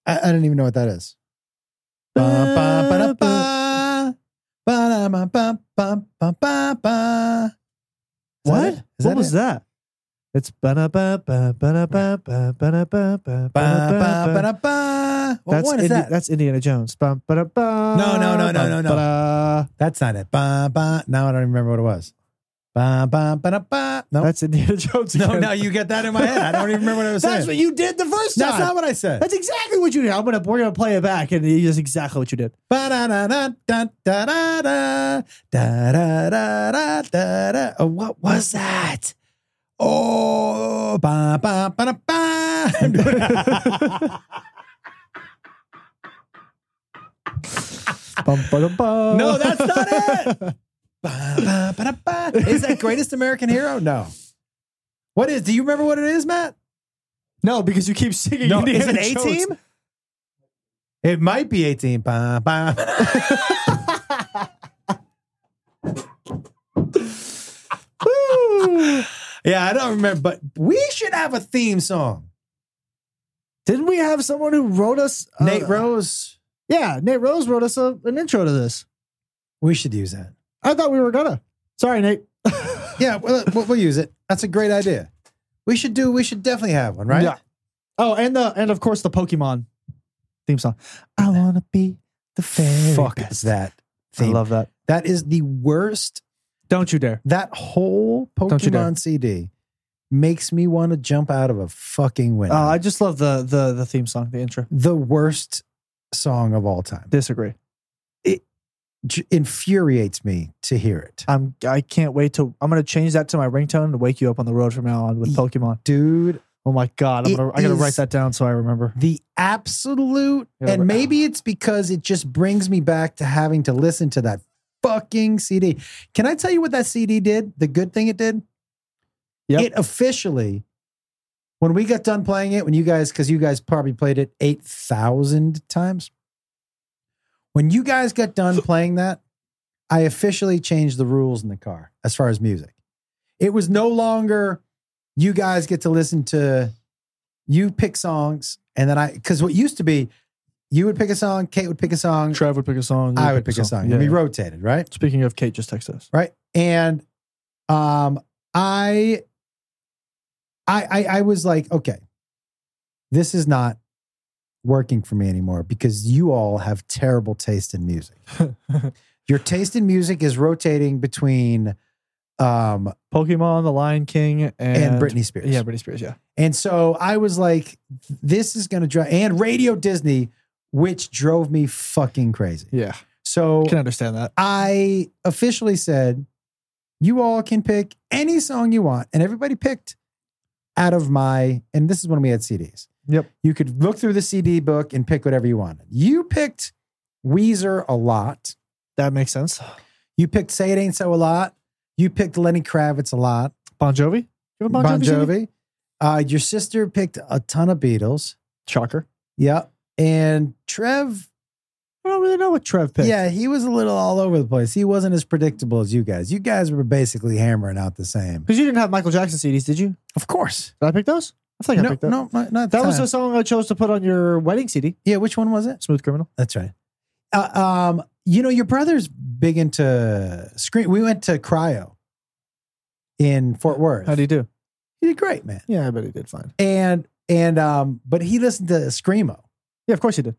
I, I don't even know what that is. Ba, ba, ba, da, ba. Ba, da, ba, ba, ba, ba, ba, ba. Is
What?
it? Is
What was
it?
that? It's ba ba ba ba ba ba ba ba ba ba
Ba, ba, ba,
ba
da, ba. Huh? What
That's
one is
Indi-
that?
that's Indiana Jones. Bum, ba-da, ba,
No, no, no, no,
bum,
no, no.
ba-da.
That's not it. Ba, ba. Now I don't even remember what it was. Ba, ba, ba, da, ba. No,
That's Indiana Jones.
no,
again.
now you get that in my head. I don't even remember what I was
That's
saying.
what you did the first time.
That's not what I said.
That's exactly what you did. I'm gonna we're gonna play it back, and it's exactly what you did.
Ba-da-da-da-da-da-da. Da-da-da-da-da-da. Oh, What was that? Oh, ba ba ba da, ba. I'm doing it.
Bum, ba-da, ba.
no, that's not it. Ba, ba, ba, da, ba. Is that Greatest American Hero? No. What is? Do you remember what it is, Matt?
no, because you keep singing.
No, is it
Indiana
A
Jones.
Team? It might be A Team. Ba, ba.
Woo.
Yeah, I don't remember, but we should have a theme song.
Didn't we have someone who wrote us? uh,
Nate Rose.
Yeah, Nate Rose wrote us a, an intro to this.
We should use that.
I thought we were gonna. Sorry, Nate.
Yeah, we'll, uh, we'll, we'll use it. That's a great idea. We should do. We should definitely have one, right?
Yeah. Oh, and the and of course the Pokemon theme song. I wanna be the very
Fuck
best.
that
I
theme.
love that.
that is the worst.
Don't you dare.
That whole
Don't you dare.
Pokemon CD makes me want to jump out of a fucking window.
Uh, I just love the the the theme song, the intro.
the worst song of all time.
Disagree.
J- infuriates me to hear it,
I'm I can't wait to I'm gonna change that to my ringtone to wake you up on the road from now on with
Ye-
Pokemon.
dude.
Oh my god, I'm
It
gonna I gotta
is-
write that down so I remember.
The absolute,
Yeah,
and
but-
maybe it's because it just brings me back to having to listen to that fucking CD. Can I tell you what that CD did? The good thing it did?
Yep.
It officially, when we got done playing it, when you guys, because you guys probably played it 8,000 times. When you guys got done playing that, I officially changed the rules in the car as far as music. It was no longer you guys get to listen to you pick songs and then I because what used to be you would pick a song, Kate would pick a song,
Trev would pick a song.
I
you'd
would pick a song.
Yeah.
and We rotated, right?
Speaking of Kate just texted us.
Right. And um I I I, I was like, okay, this is not working for me anymore because you all have terrible taste in music. Your taste in music is rotating between um
Pokemon, The Lion King, and,
and, Britney Spears.
Yeah, Britney Spears, yeah.
And so I was like, this is gonna drive and Radio Disney, which drove me fucking crazy.
Yeah.
So
Can understand that.
I officially said, you all can pick any song you want. And everybody picked out of my, and this is when we had CDs.
Yep.
You could look through the CD book and pick whatever you wanted. You picked Weezer a lot.
That makes sense.
You picked Say It Ain't So a lot. You picked Lenny Kravitz a lot.
Bon Jovi? You have a
Bon,
CD?
Jovi. Uh, your sister picked a ton of Beatles.
Shocker.
Yep. And Trev,
I don't really know what Trev picked.
yeah, he was a little all over the place. He wasn't as predictable as you guys. You guys were basically hammering out the same.
Because you didn't have Michael Jackson CDs, did you?
Of course.
Did I pick those? I think I
No,
picked that.
no, not that
That was
time.
the song I chose to put on your wedding CD,
yeah. Which one was it?
Smooth Criminal.
That's right. Uh, um, you know, your brother's big into screen. We went to cryo in Fort Worth.
How do you do?
He did great, man.
Yeah, I bet he did fine.
And and um, but he listened to screamo.
Yeah, of course he did.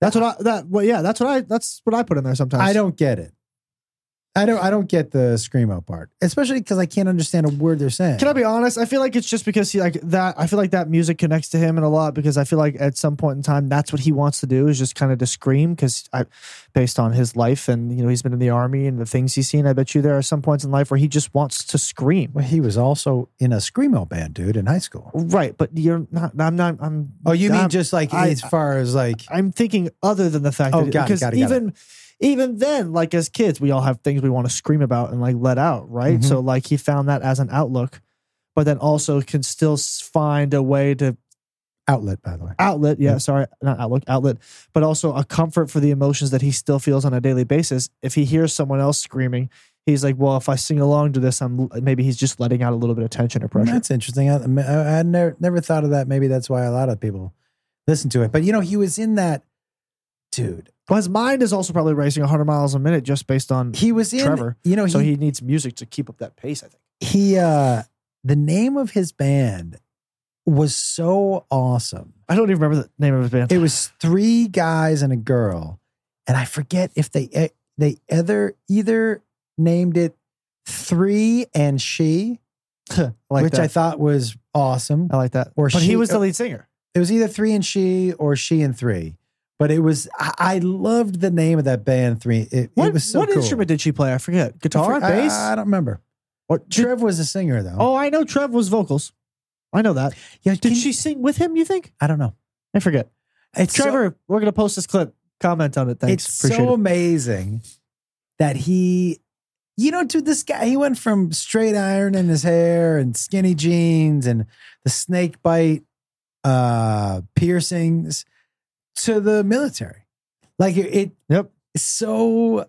That's what I that well yeah, that's what I that's what I put in there sometimes.
I don't get it. I don't. I don't get the screamo part, especially because I can't understand a word they're saying.
Can I be honest? I feel like it's just because he like that. I feel like that music connects to him in a lot because I feel like at some point in time, that's what he wants to do is just kind of to scream because I, based on his life and you know he's been in the army and the things he's seen, I bet you there are some points in life where he just wants to scream.
Well, he was also in a screamo band, dude, in high school.
Right, but you're not. I'm not. I'm.
Oh, you mean
I'm-
just like
I-
as far as like
I'm thinking other than the fact
Oh,
that
got it,
because
got it, got it.
even even then, like as kids, we all have things we want to scream about and like let out, right?
Mhm.
So like he found that as an outlook, but then also can still s- find a way to
outlet, by the way?
outlet. Yeah,
Yeah.
sorry, not outlook, outlet, but also a comfort for the emotions that he still feels on a daily basis. If he hears someone else screaming, he's like, "Well, if I sing along to this, I'm maybe he's just letting out a little bit of tension or pressure."
That's interesting. I, I had never never thought of that. Maybe that's why a lot of people listen to it. But you know, he was in that, dude.
Well, his mind is also probably racing 100 miles a minute just based on.
He was in
Trevor.
You know, he,
so he needs music to keep up that pace. I think.
he uh the name of his band was so awesome.
I don't even remember the name of his band.
It was three guys and a girl, and I forget if they eh, they either either named it three and she,
I like
which
that. uh,
I thought was awesome.
I like that.
Or
but
she-
he was the lead singer.
It was either three and she or she and three, but it was I, I loved the name of that band. Three. It,
What,
it was so
what
cool.
instrument did she play? I forget. Guitar,
I,
bass.
I, don't remember.
or did-
Trev was a singer though.
oh, I know. Trev was vocals. I know that.
yeah.
Did
can-
she sing with him? You think?
I don't know.
I forget.
It's so-
Trevor, we're gonna post this clip. Comment on it. Thanks.
it's
Appreciate
so
it.
amazing that he, you know, dude, this guy, he went from straight iron in his hair and skinny jeans and the snake bite uh, piercings to the military. Like it, it
Yep.
it's so,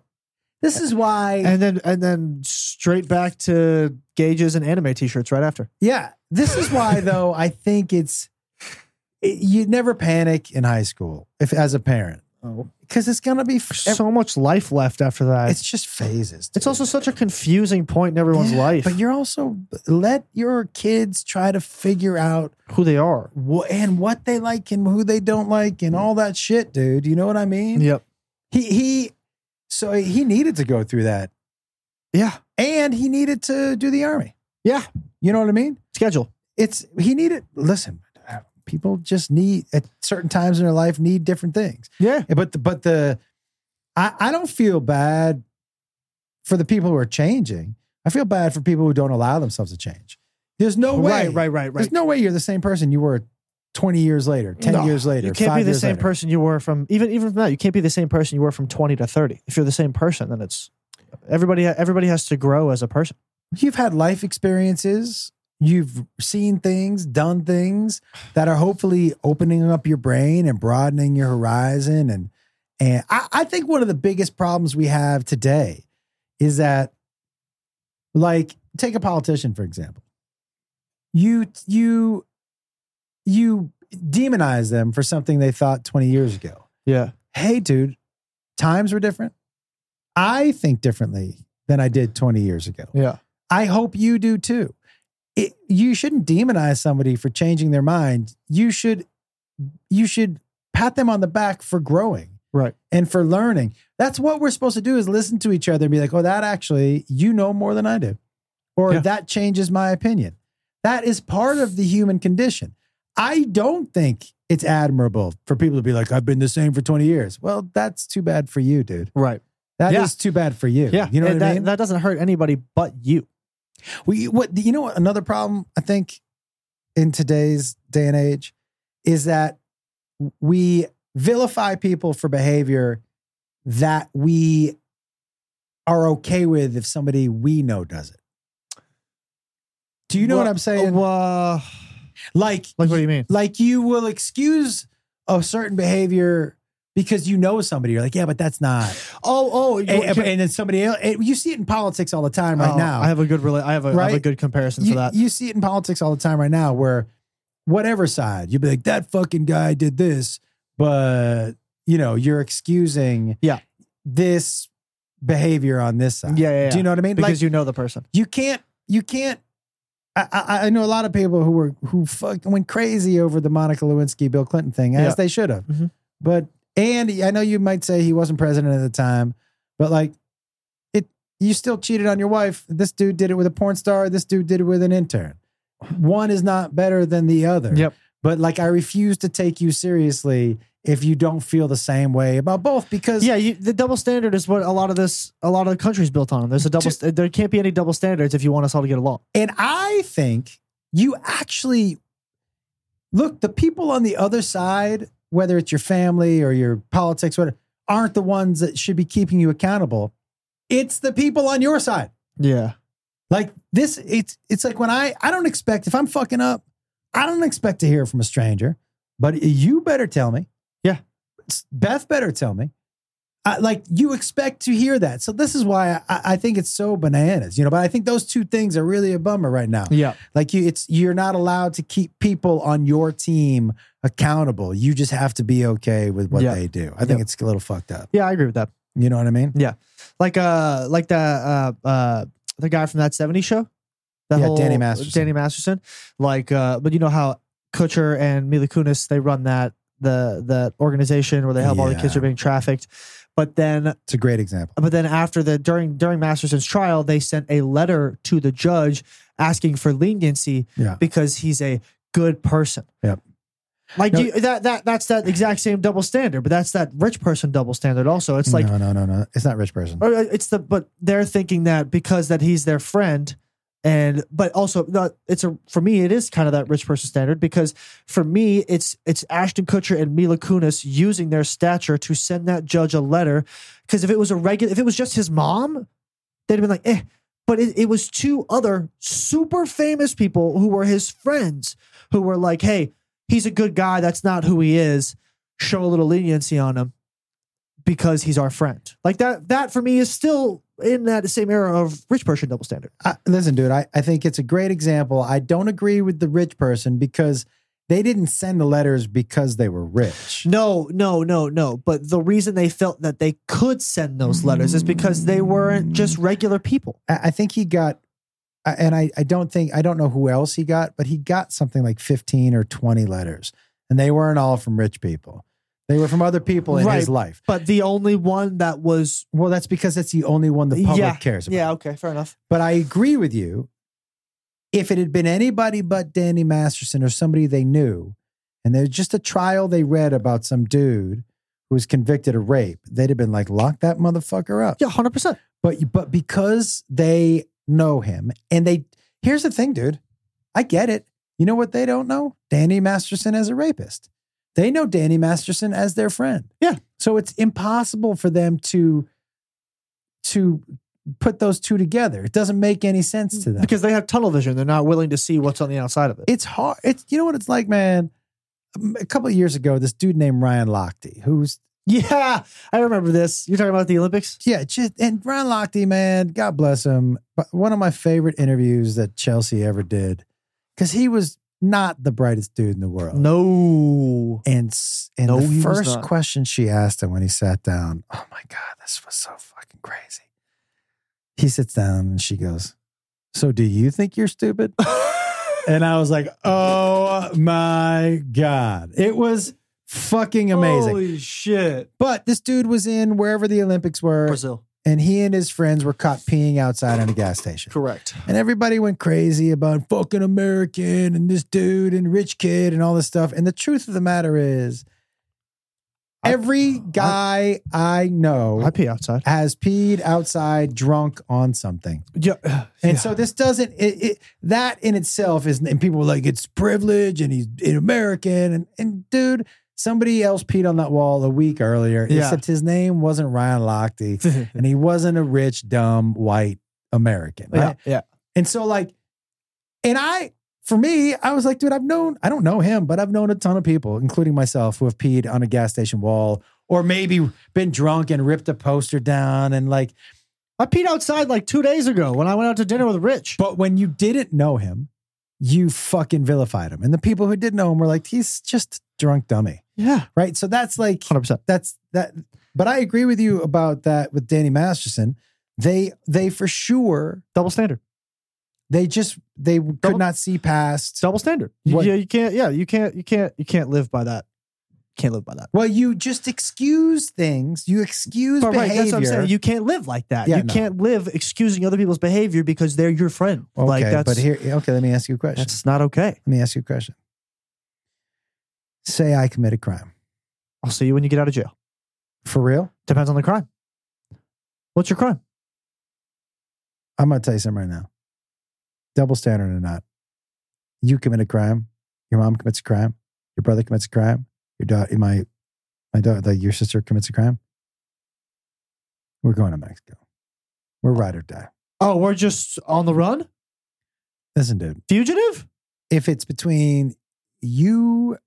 this is why,
And then and then straight back to gauges and anime t-shirts right after.
yeah, this is why, though, I think it's, it, you never panic in high school if as a parent
Oh,
because it's going to be, f-
so much life left after that.
it's just phases.
It's
dude.
also such a confusing point in everyone's
Yeah,
life.
But you're also let your kids try to figure out
who they are.
what and what they like and who they don't like and all that shit, dude. You know what I mean?
Yep.
He he so he needed to go through that.
Yeah.
And he needed to do the army.
Yeah.
You know what I mean?
Schedule.
It's he needed listen, uh, people just need at certain times in their life need different things.
Yeah.
But the, but the I, I don't feel bad for the people who are changing. I feel bad for people who don't allow themselves to change. There's no way.
Right, right, right, right.
There's no way you're the same person you were 20 years later, 10
No,
years later.
You can't
five
be the
years
same
later.
person you were from even even from that. You can't be the same person you were from twenty to thirty. If you're the same person, then it's everybody. Everybody has to grow as a person.
You've had life experiences. You've seen things, done things that are hopefully opening up your brain and broadening your horizon. And and I, I think one of the biggest problems we have today is that, like, take a politician for example. You you you demonize them for something they thought twenty years ago
Yeah.
hey, dude, times were different. I think differently than I did 20 years ago.
Yeah.
I hope you do too. It, you shouldn't demonize somebody for changing their mind. You should, you should pat them on the back for growing
Right.
and for learning. That's what we're supposed to do is listen to each other and be like, oh, that actually, you know more than I do. Or
Yeah.
that changes my opinion. That is part of the human condition. I don't think it's admirable for people to be like, I've been the same for 20 years. Well, that's too bad for you, dude.
Right.
That is
Yeah.
too bad for you.
Yeah.
You know
And
what
that,
I mean?
That doesn't hurt anybody but you.
We what you know what another problem I think in today's day and age is that we vilify people for behavior that we are okay with if somebody we know does it. Do you know what,
Well,
I'm saying?
uh,
like
like, what do you mean?
like you will excuse a certain behavior because you know somebody. You're like, yeah, but that's not.
Oh, oh,
And, and then somebody else. and you see it in politics all the time right
Oh,
now.
I have a good rela- I have a, I have a
Right?
good comparison
you,
for that.
you see it in politics all the time right now where whatever side you'd be like that fucking guy did this but you know you're excusing
Yeah.
this behavior on this side
Yeah, yeah, yeah.
do you know what i mean
because
like
you know the person.
you can't you can't I, I, I know a lot of people who were who fucking went crazy over the Monica Lewinsky Bill Clinton thing, as
Yeah.
they should have.
Mhm.
But and I know you might say he wasn't president at the time, but like it, you still cheated on your wife. This dude did it with a porn star. This dude did it with an intern. One is not better than the other.
Yep.
But like, I refuse to take you seriously if you don't feel the same way about both. Because
Yeah, you, the double standard is what a lot of this, a lot of the country's built on. There's a double.
Dude.
st- there can't be any double standards if you want us all to get along.
And I think you actually look, the people on the other side, whether it's your family or your politics, whatever, aren't the ones that should be keeping you accountable. It's the people on your side.
Yeah,
Like this, it's it's like when I I don't expect if I'm fucking up, I don't expect to hear from a stranger, but you better tell me.
Yeah.
Beth better tell me. I, like you expect to hear that, so this is why I, I think it's so bananas, you know. But I think those two things are really a bummer right now.
yeah.
Like you, it's you're not allowed to keep people on your team accountable. You just have to be okay with what
Yeah.
they do. I think
Yeah.
it's a little fucked up.
Yeah, I agree with that.
You know what I mean?
Like uh like the uh uh the guy from that 70s show. That
Yeah, Danny Masterson.
Danny Masterson. Like uh but you know how Kutcher and Mila Kunis, they run that the that organization where they help all the kids
Yeah.
who are being trafficked. But then
It's a great example.
but then after the during during Masterson's trial, they sent a letter to the judge asking for leniency
Yeah.
because he's a good person.
Yep.
Like
No-
you, that that that's that exact same double standard, but that's that rich person double standard. Also, it's like
no, no, no, no. It's not rich person.
or, uh, it's the but they're thinking that because that he's their friend and but also not, it's a for me it is kind of that rich person standard because for me it's it's Ashton Kutcher and Mila Kunis using their stature to send that judge a letter because if it was a regular if it was just his mom they'd have been like eh but it, it was two other super famous people who were his friends who were like hey he's a good guy that's not who he is show a little leniency on him because he's our friend. Like that that for me is still in that same era of rich person double standard.
I, listen, dude, I, I think it's a great example. I don't agree with the rich person because they didn't send the letters because they were rich.
No, no, no, no. But the reason they felt that they could send those letters is because they weren't just regular people.
I, I think he got, I- and I, I don't think, I don't know who else he got, but he got something like 15 or 20 letters. And they weren't all from rich people, they were from other people in
Right.
his life.
But the only one that was
Well, that's because that's the only one the public
Yeah.
cares about.
yeah, okay, fair enough.
But I agree with you. If it had been anybody but Danny Masterson or somebody they knew, and there's just a trial they read about some dude who was convicted of rape, they'd have been like, lock that motherfucker up.
Yeah, hundred percent.
But but because they know him and they here's the thing, dude. I get it. You know what they don't know? Danny Masterson as a rapist. They know Danny Masterson as their friend.
Yeah.
So it's impossible for them to to put those two together. It doesn't make any sense to them.
Because they have tunnel vision. They're not willing to see what's on the outside of it.
it's hard. It's you know what it's like, man. A couple of years ago, this dude named Ryan Lochte, who's
Yeah, I remember this. You're talking about the Olympics?
yeah, just and Brian Lochte, man, God bless him. But one of my favorite interviews that Chelsea ever did, because he was not the brightest dude in the world.
No.
And s- and
No, he
the
was
first
not.
question she asked him when he sat down, oh my god, this was so fucking crazy. He sits down and she goes, "So do you think you're stupid?" and I was like, "Oh my god, it was fucking amazing."
Holy shit.
but this dude was in wherever the Olympics were
Brazil.
and he and his friends were caught peeing outside on a gas station.
Correct.
And everybody went crazy about fucking American and this dude and rich kid and all this stuff. And the truth of the matter is,
I-
every guy I, know
I pee outside.
has peed outside drunk on something.
Yeah.
And so this doesn't, it, it, that in itself is, and people were like, it's privilege and he's an American. And, and dude, somebody else peed on that wall a week earlier,
Yeah.
except his name wasn't Ryan Lochte and he wasn't a rich, dumb, white American.
yeah.
right? And so, like, and I, for me, I was like, dude, I've known, I don't know him, but I've known a ton of people, including myself, who have peed on a gas station wall or maybe been drunk and ripped a poster down. And like,
I peed outside like two days ago when I went out to dinner with Rich.
but when you didn't know him, you fucking vilified him. And the people who did know him were like, he's just a drunk dummy.
Yeah,
Right. So that's like,
hundred percent.
that's that but i agree with you about that with danny masterson they they for sure
Double standard.
they just they could
Double-
not see past
Double standard. You,
What-
yeah, you can't. Yeah, you can't. You can't. You can't live by that. Can't live by that.
well you just excuse things you excuse
But right,
behavior
that's what I'm saying. You can't live like that.
Yeah,
you
no.
can't live excusing other people's behavior because they're your friend.
okay
like that's
but here okay let me ask you a question
that's not okay.
let me ask you a question say i commit a crime
I'll see you when you get out of jail.
for real
Depends on the crime. What's your crime?
i'm gonna tell you something right now double standard or not you commit a crime your mom commits a crime your brother commits a crime your daughter my my daughter like your sister commits a crime we're going to mexico we're ride or die
Oh, we're just on the run,
listen dude
fugitive.
if it's between you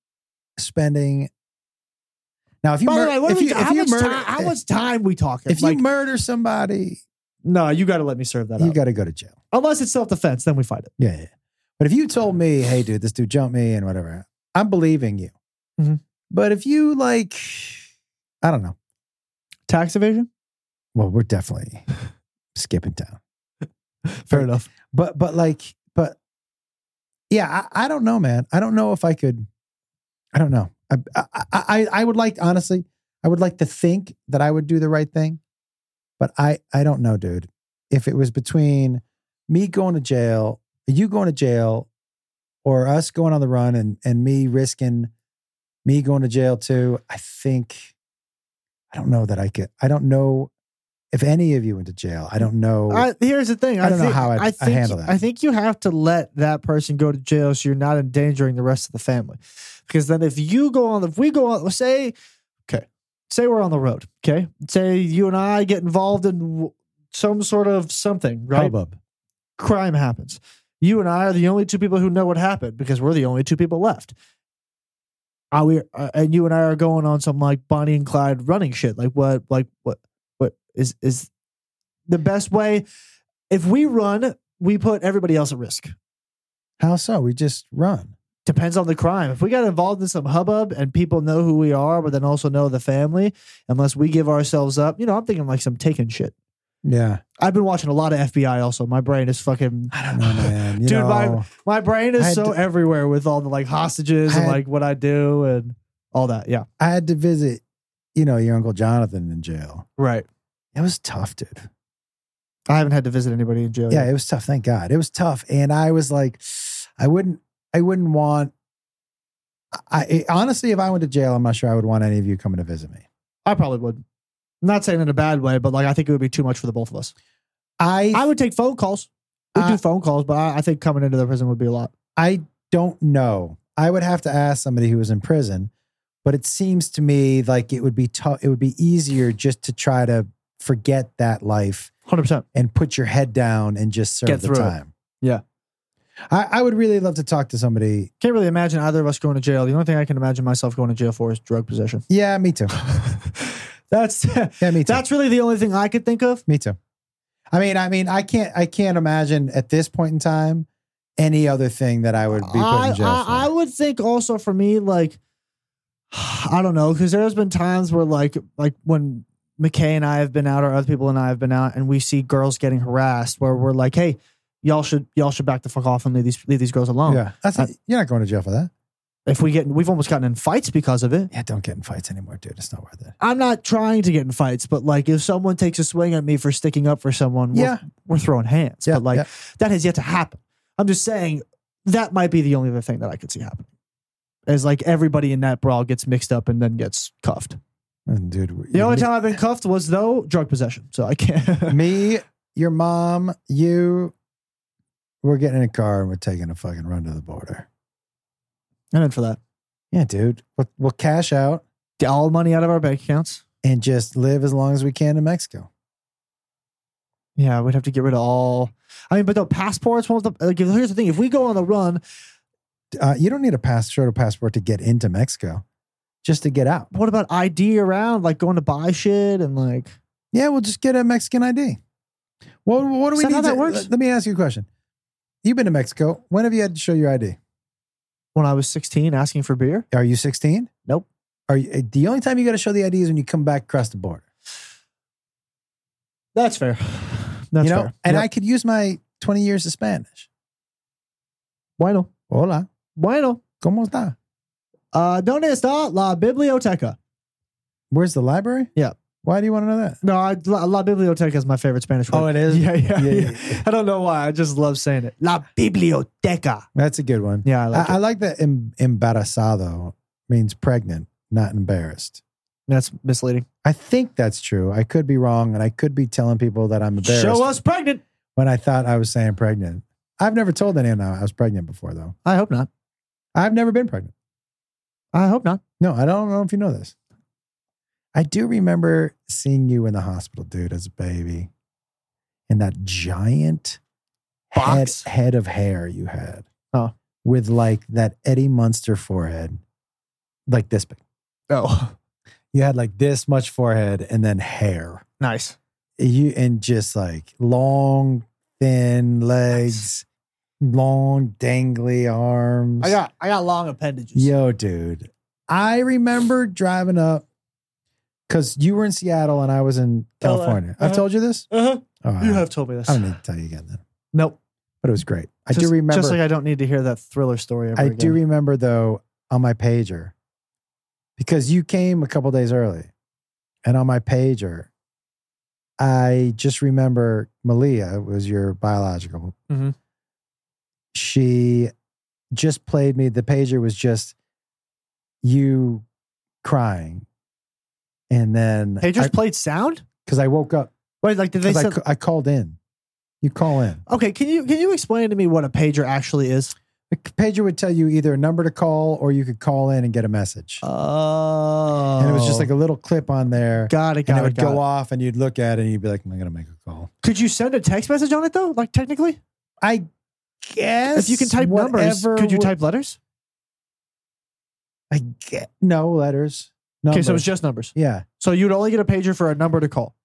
spending now if you
By
mur-
the way, what are
if
we,
you,
how,
if you
much
murder
time, how much time we talking?
if you murder somebody
no, you got to let me serve that.
you
out.
got to go to jail
Unless it's self defense, then we fight it.
yeah yeah but if you told me hey dude this dude jumped me and whatever i'm believing you
Mhm.
but if you like i don't know
Tax evasion.
well we're definitely skipping town
Fair enough.
but but like but yeah, I, I don't know, man. I don't know if I could. I don't know. I, I I I would like honestly, I would like to think that I would do the right thing, but I I don't know, dude. If it was between me going to jail, you going to jail, or us going on the run and and me risking me going to jail too, I think I don't know that I could. I don't know if any of you went to jail. I don't know.
I, here's the thing.
I don't know
think-
how I'd- I'd
think,
handle that.
I think you have to let that person go to jail so you're not endangering the rest of the family. Because then if you go on, if we go on, say, okay, say we're on the road, okay, say you and I get involved in w- some sort of something, right?
Hubbub.
Crime happens. You and I are the only two people who know what happened because we're the only two people left. Are we? Uh, and you and I are going on some like Bonnie and Clyde running shit. Like what? Like what? What is is the best way? If we run, we put everybody else at risk.
How so? We just run.
Depends on the crime. If we got involved in some hubbub and people know who we are, but then also know the family, unless we give ourselves up, you know, I'm thinking like some taken shit.
Yeah,
I've been watching a lot of FBI. Also, my brain is fucking.
I don't know, man. You
Dude,
know,
my- My brain
I
is
had
so
to-
everywhere with all the like hostages
I
and
had-
like what I do and all that. Yeah.
I had to visit, you know, your uncle Jonathan in jail.
Right.
It was tough, dude.
I haven't had to visit anybody in jail.
Yeah,
Yet.
it was tough. Thank God, it was tough. And I was like, I wouldn't, I wouldn't want. I, I honestly, if I went to jail, I'm not sure I would want any of you coming to visit me.
I probably would. I'm not saying in a bad way, but like I think it would be too much for the both of us.
I
I would take phone calls. We would
Uh,
do phone calls, but I, I think coming into the prison would be a lot.
I don't know. I would have to ask somebody who was in prison, but it seems to me like it would be tough. It would be easier just to try to forget that life
Hundred percent.
and put your head down and just serve
Get
the
through it.
time.
Yeah.
I, I would really love to talk to somebody.
Can't really imagine either of us going to jail. The only thing I can imagine myself going to jail for is drug possession.
Yeah, me too.
that's
Yeah, me too.
that's really the only thing I could think of.
me too. I mean, I mean, I can't, I can't imagine at this point in time any other thing that I would be put
I,
in jail
I,
for.
I would think also for me, like, I don't know, because there's been times where, like, like when McKay and I have been out, or other people and I have been out, and we see girls getting harassed, where we're like, hey, y'all should y'all should back the fuck off and leave these leave these girls alone.
yeah, that's not, you're not going to jail for that.
If we get, we've almost gotten in fights because of it.
Yeah, don't get in fights anymore, dude. It's not worth it.
I'm not trying to get in fights, but like if someone takes a swing at me for sticking up for someone, we're,
Yeah.
we're throwing hands.
Yeah,
but like
yeah.
that has yet to happen. I'm just saying that might be the only other thing that I could see happening. Is like everybody in that brawl gets mixed up and then gets cuffed.
And Mm, dude, we-
The only
me-
time I've been cuffed was though drug possession. So I can't.
me, your mom, you, we're getting in a car and we're taking a fucking run to the border.
I'm in for that.
Yeah, dude. We'll, we'll cash out
Get All money out of our bank accounts.
and just live as long as we can in Mexico.
Yeah, we'd have to get rid of all. I mean, but the passports won't. Like, here's the thing: if we go on the run,
Uh, you don't need a pass, short passport to get into Mexico, just to get out.
what about ID around? Like going to buy shit and like.
Yeah, we'll just get a Mexican ID. What, what do
Is
we
that
need?
how that
to-
works?
Let, let me ask you a question. You've been to Mexico. When have you had to show your ID?
when I was 16 asking for beer.
Are you 16?
Nope.
Are you, the only time you got to show the ID is when you come back across the border.
That's fair. That's
you know,
fair.
and
Yep.
I could use my 20 years of Spanish.
bueno,
Hola,
bueno.
¿cómo está?
Uh, ¿Dónde está la biblioteca?
Where's the library?
Yeah.
Why do you want to know that?
No, I, la, la biblioteca is my favorite Spanish word.
Oh, it is?
Yeah, yeah,
Yeah,
yeah,
yeah,
I don't know why. I just love saying it. La biblioteca.
That's a good one.
Yeah, I like
I, I
it.
like that em- embarazado means pregnant, not embarrassed.
That's misleading.
I think that's true. I could be wrong, and I could be telling people that I'm embarrassed
Show us pregnant.
when I thought I was saying pregnant. I've never told anyone I was pregnant before, though.
I hope not.
I've never been pregnant.
I hope not.
No, I don't know if you know this. I do remember seeing you in the hospital, dude, as a baby, and that giant head,
Box.
head of hair you had.
Oh.
With like that Eddie Munster forehead, like this big.
Oh,
You had like this much forehead and then hair.
nice.
You and just like long, thin legs, long, dangly arms.
I got I got long appendages.
Yo, dude. I remember driving up because you were in Seattle and I was in
LA.
California. I've
Uh-huh.
told you this?
Uh-huh.
Oh,
You
I-
have told me this.
I don't need to tell you again then.
Nope.
but it was great. I do
Just-
remember.
Just like I don't need to hear that thriller story ever
I
again.
do remember though on my pager because you came a couple days early, and on my pager, I just remember Malia was your biological.
Mhm.
She just played me. The pager was just you crying, and then
Pagers played sound?
because I, woke up
Wait, like did they
because I, uh,
send,
ca- I called in. You call in.
Okay, can you can you explain to me what a pager actually is?
The pager would tell you either a number to call or you could call in and get a message.
Oh.
and it was just like a little clip on there.
Got
and
it,
it
got it,
would
got
go
it.
off and you'd look at it and you'd be like, Am I gonna make a call?
Could you send a text message on it though? Like technically?
I guess
If you can type numbers,
whatever
could you
would-
type letters?
I get no letters. No.
Okay, so it was just numbers.
Yeah.
So you'd only get a pager for a number to call.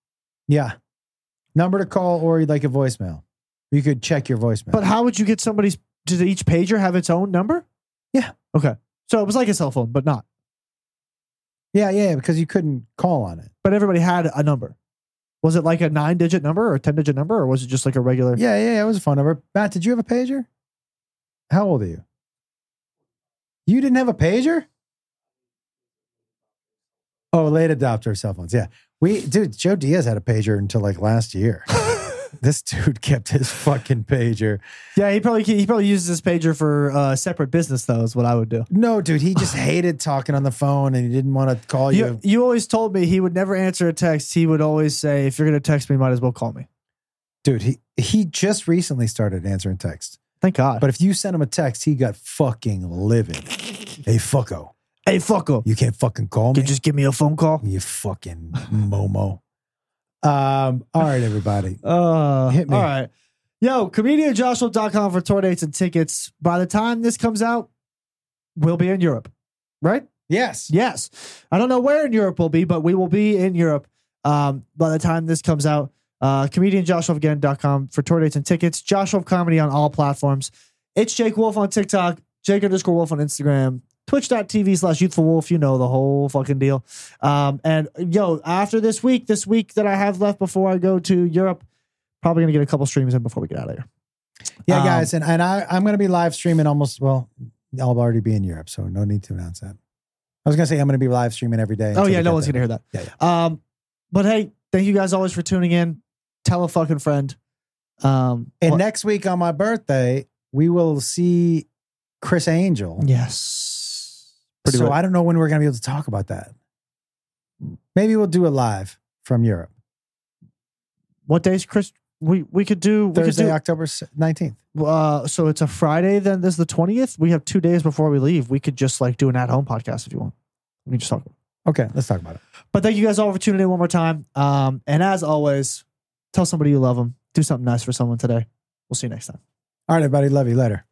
Yeah. Number to call or like a voicemail. You could check your voicemail.
But how would you get somebody's? Did each pager have its own number?
Yeah.
Okay. So it was like a cell phone, but not.
yeah, yeah, because you couldn't call on it.
But everybody had a number. Was it like a nine-digit number or a ten-digit number, or was it just like a regular?
Yeah, yeah, yeah, it was a phone number. Matt, did you have a pager? How old are you? You didn't have a pager? Oh, late adopter cell phones. Yeah. We dude, Joe Diaz had a pager until like last year. this dude kept his fucking pager.
Yeah, he probably he probably uses his pager for uh, separate business though. Is what I would do.
No, dude, he just hated talking on the phone and he didn't want to call
You,
you.
you always told me he would never answer a text. He would always say, "If you're going to text me, might as well call me."
Dude, he he just recently started answering texts.
Thank God.
But if you sent him a text, he got fucking livid. Hey, fucko,
hey, fuck him.
you can't fucking call me.
Can you just give me a phone call?
You fucking Momo. Um, all right, everybody.
Uh,
Hit me.
All right. Yo, comedianjoshua.com for tour dates and tickets. By the time this comes out, we'll be in Europe, right?
Yes.
Yes. I don't know where in Europe we'll be, but we will be in Europe um, by the time this comes out. Uh, ComedianJoshuaAgain.com for tour dates and tickets. Joshua Comedy on all platforms. It's Jake Wolf on TikTok, Jake underscore Wolf on Instagram, twitch.tv slash youthful wolf. You know the whole fucking deal. Um, and yo, after this week, this week that I have left before I go to Europe, probably going to get a couple streams in before we get out of here.
Yeah,
Um,
guys. And, and I, I'm going to be live streaming almost, well, I'll already be in Europe, so no need to announce that. I was going to say I'm going to be live streaming every day.
Oh, yeah, no one's going to hear that.
Yeah,
Um, but hey, thank you guys always for tuning in. Tell a fucking friend. Um,
And
what-
next week on my birthday, we will see Chris Angel.
Yes.
so I don't know when we're going to be able to talk about that. Maybe we'll do it live from Europe.
what days, Chris? We we could do we
Thursday,
could
October s- 19th.
do, uh so it's a Friday, then this is the twentieth. We have two days before we leave. We could just like do an at home podcast if you want. We can just talk.
Okay, let's talk about it.
But thank you guys all for tuning in one more time. Um and as always, tell somebody you love them. Do something nice for someone today. We'll see you next time.
All right, everybody. Love you. Later.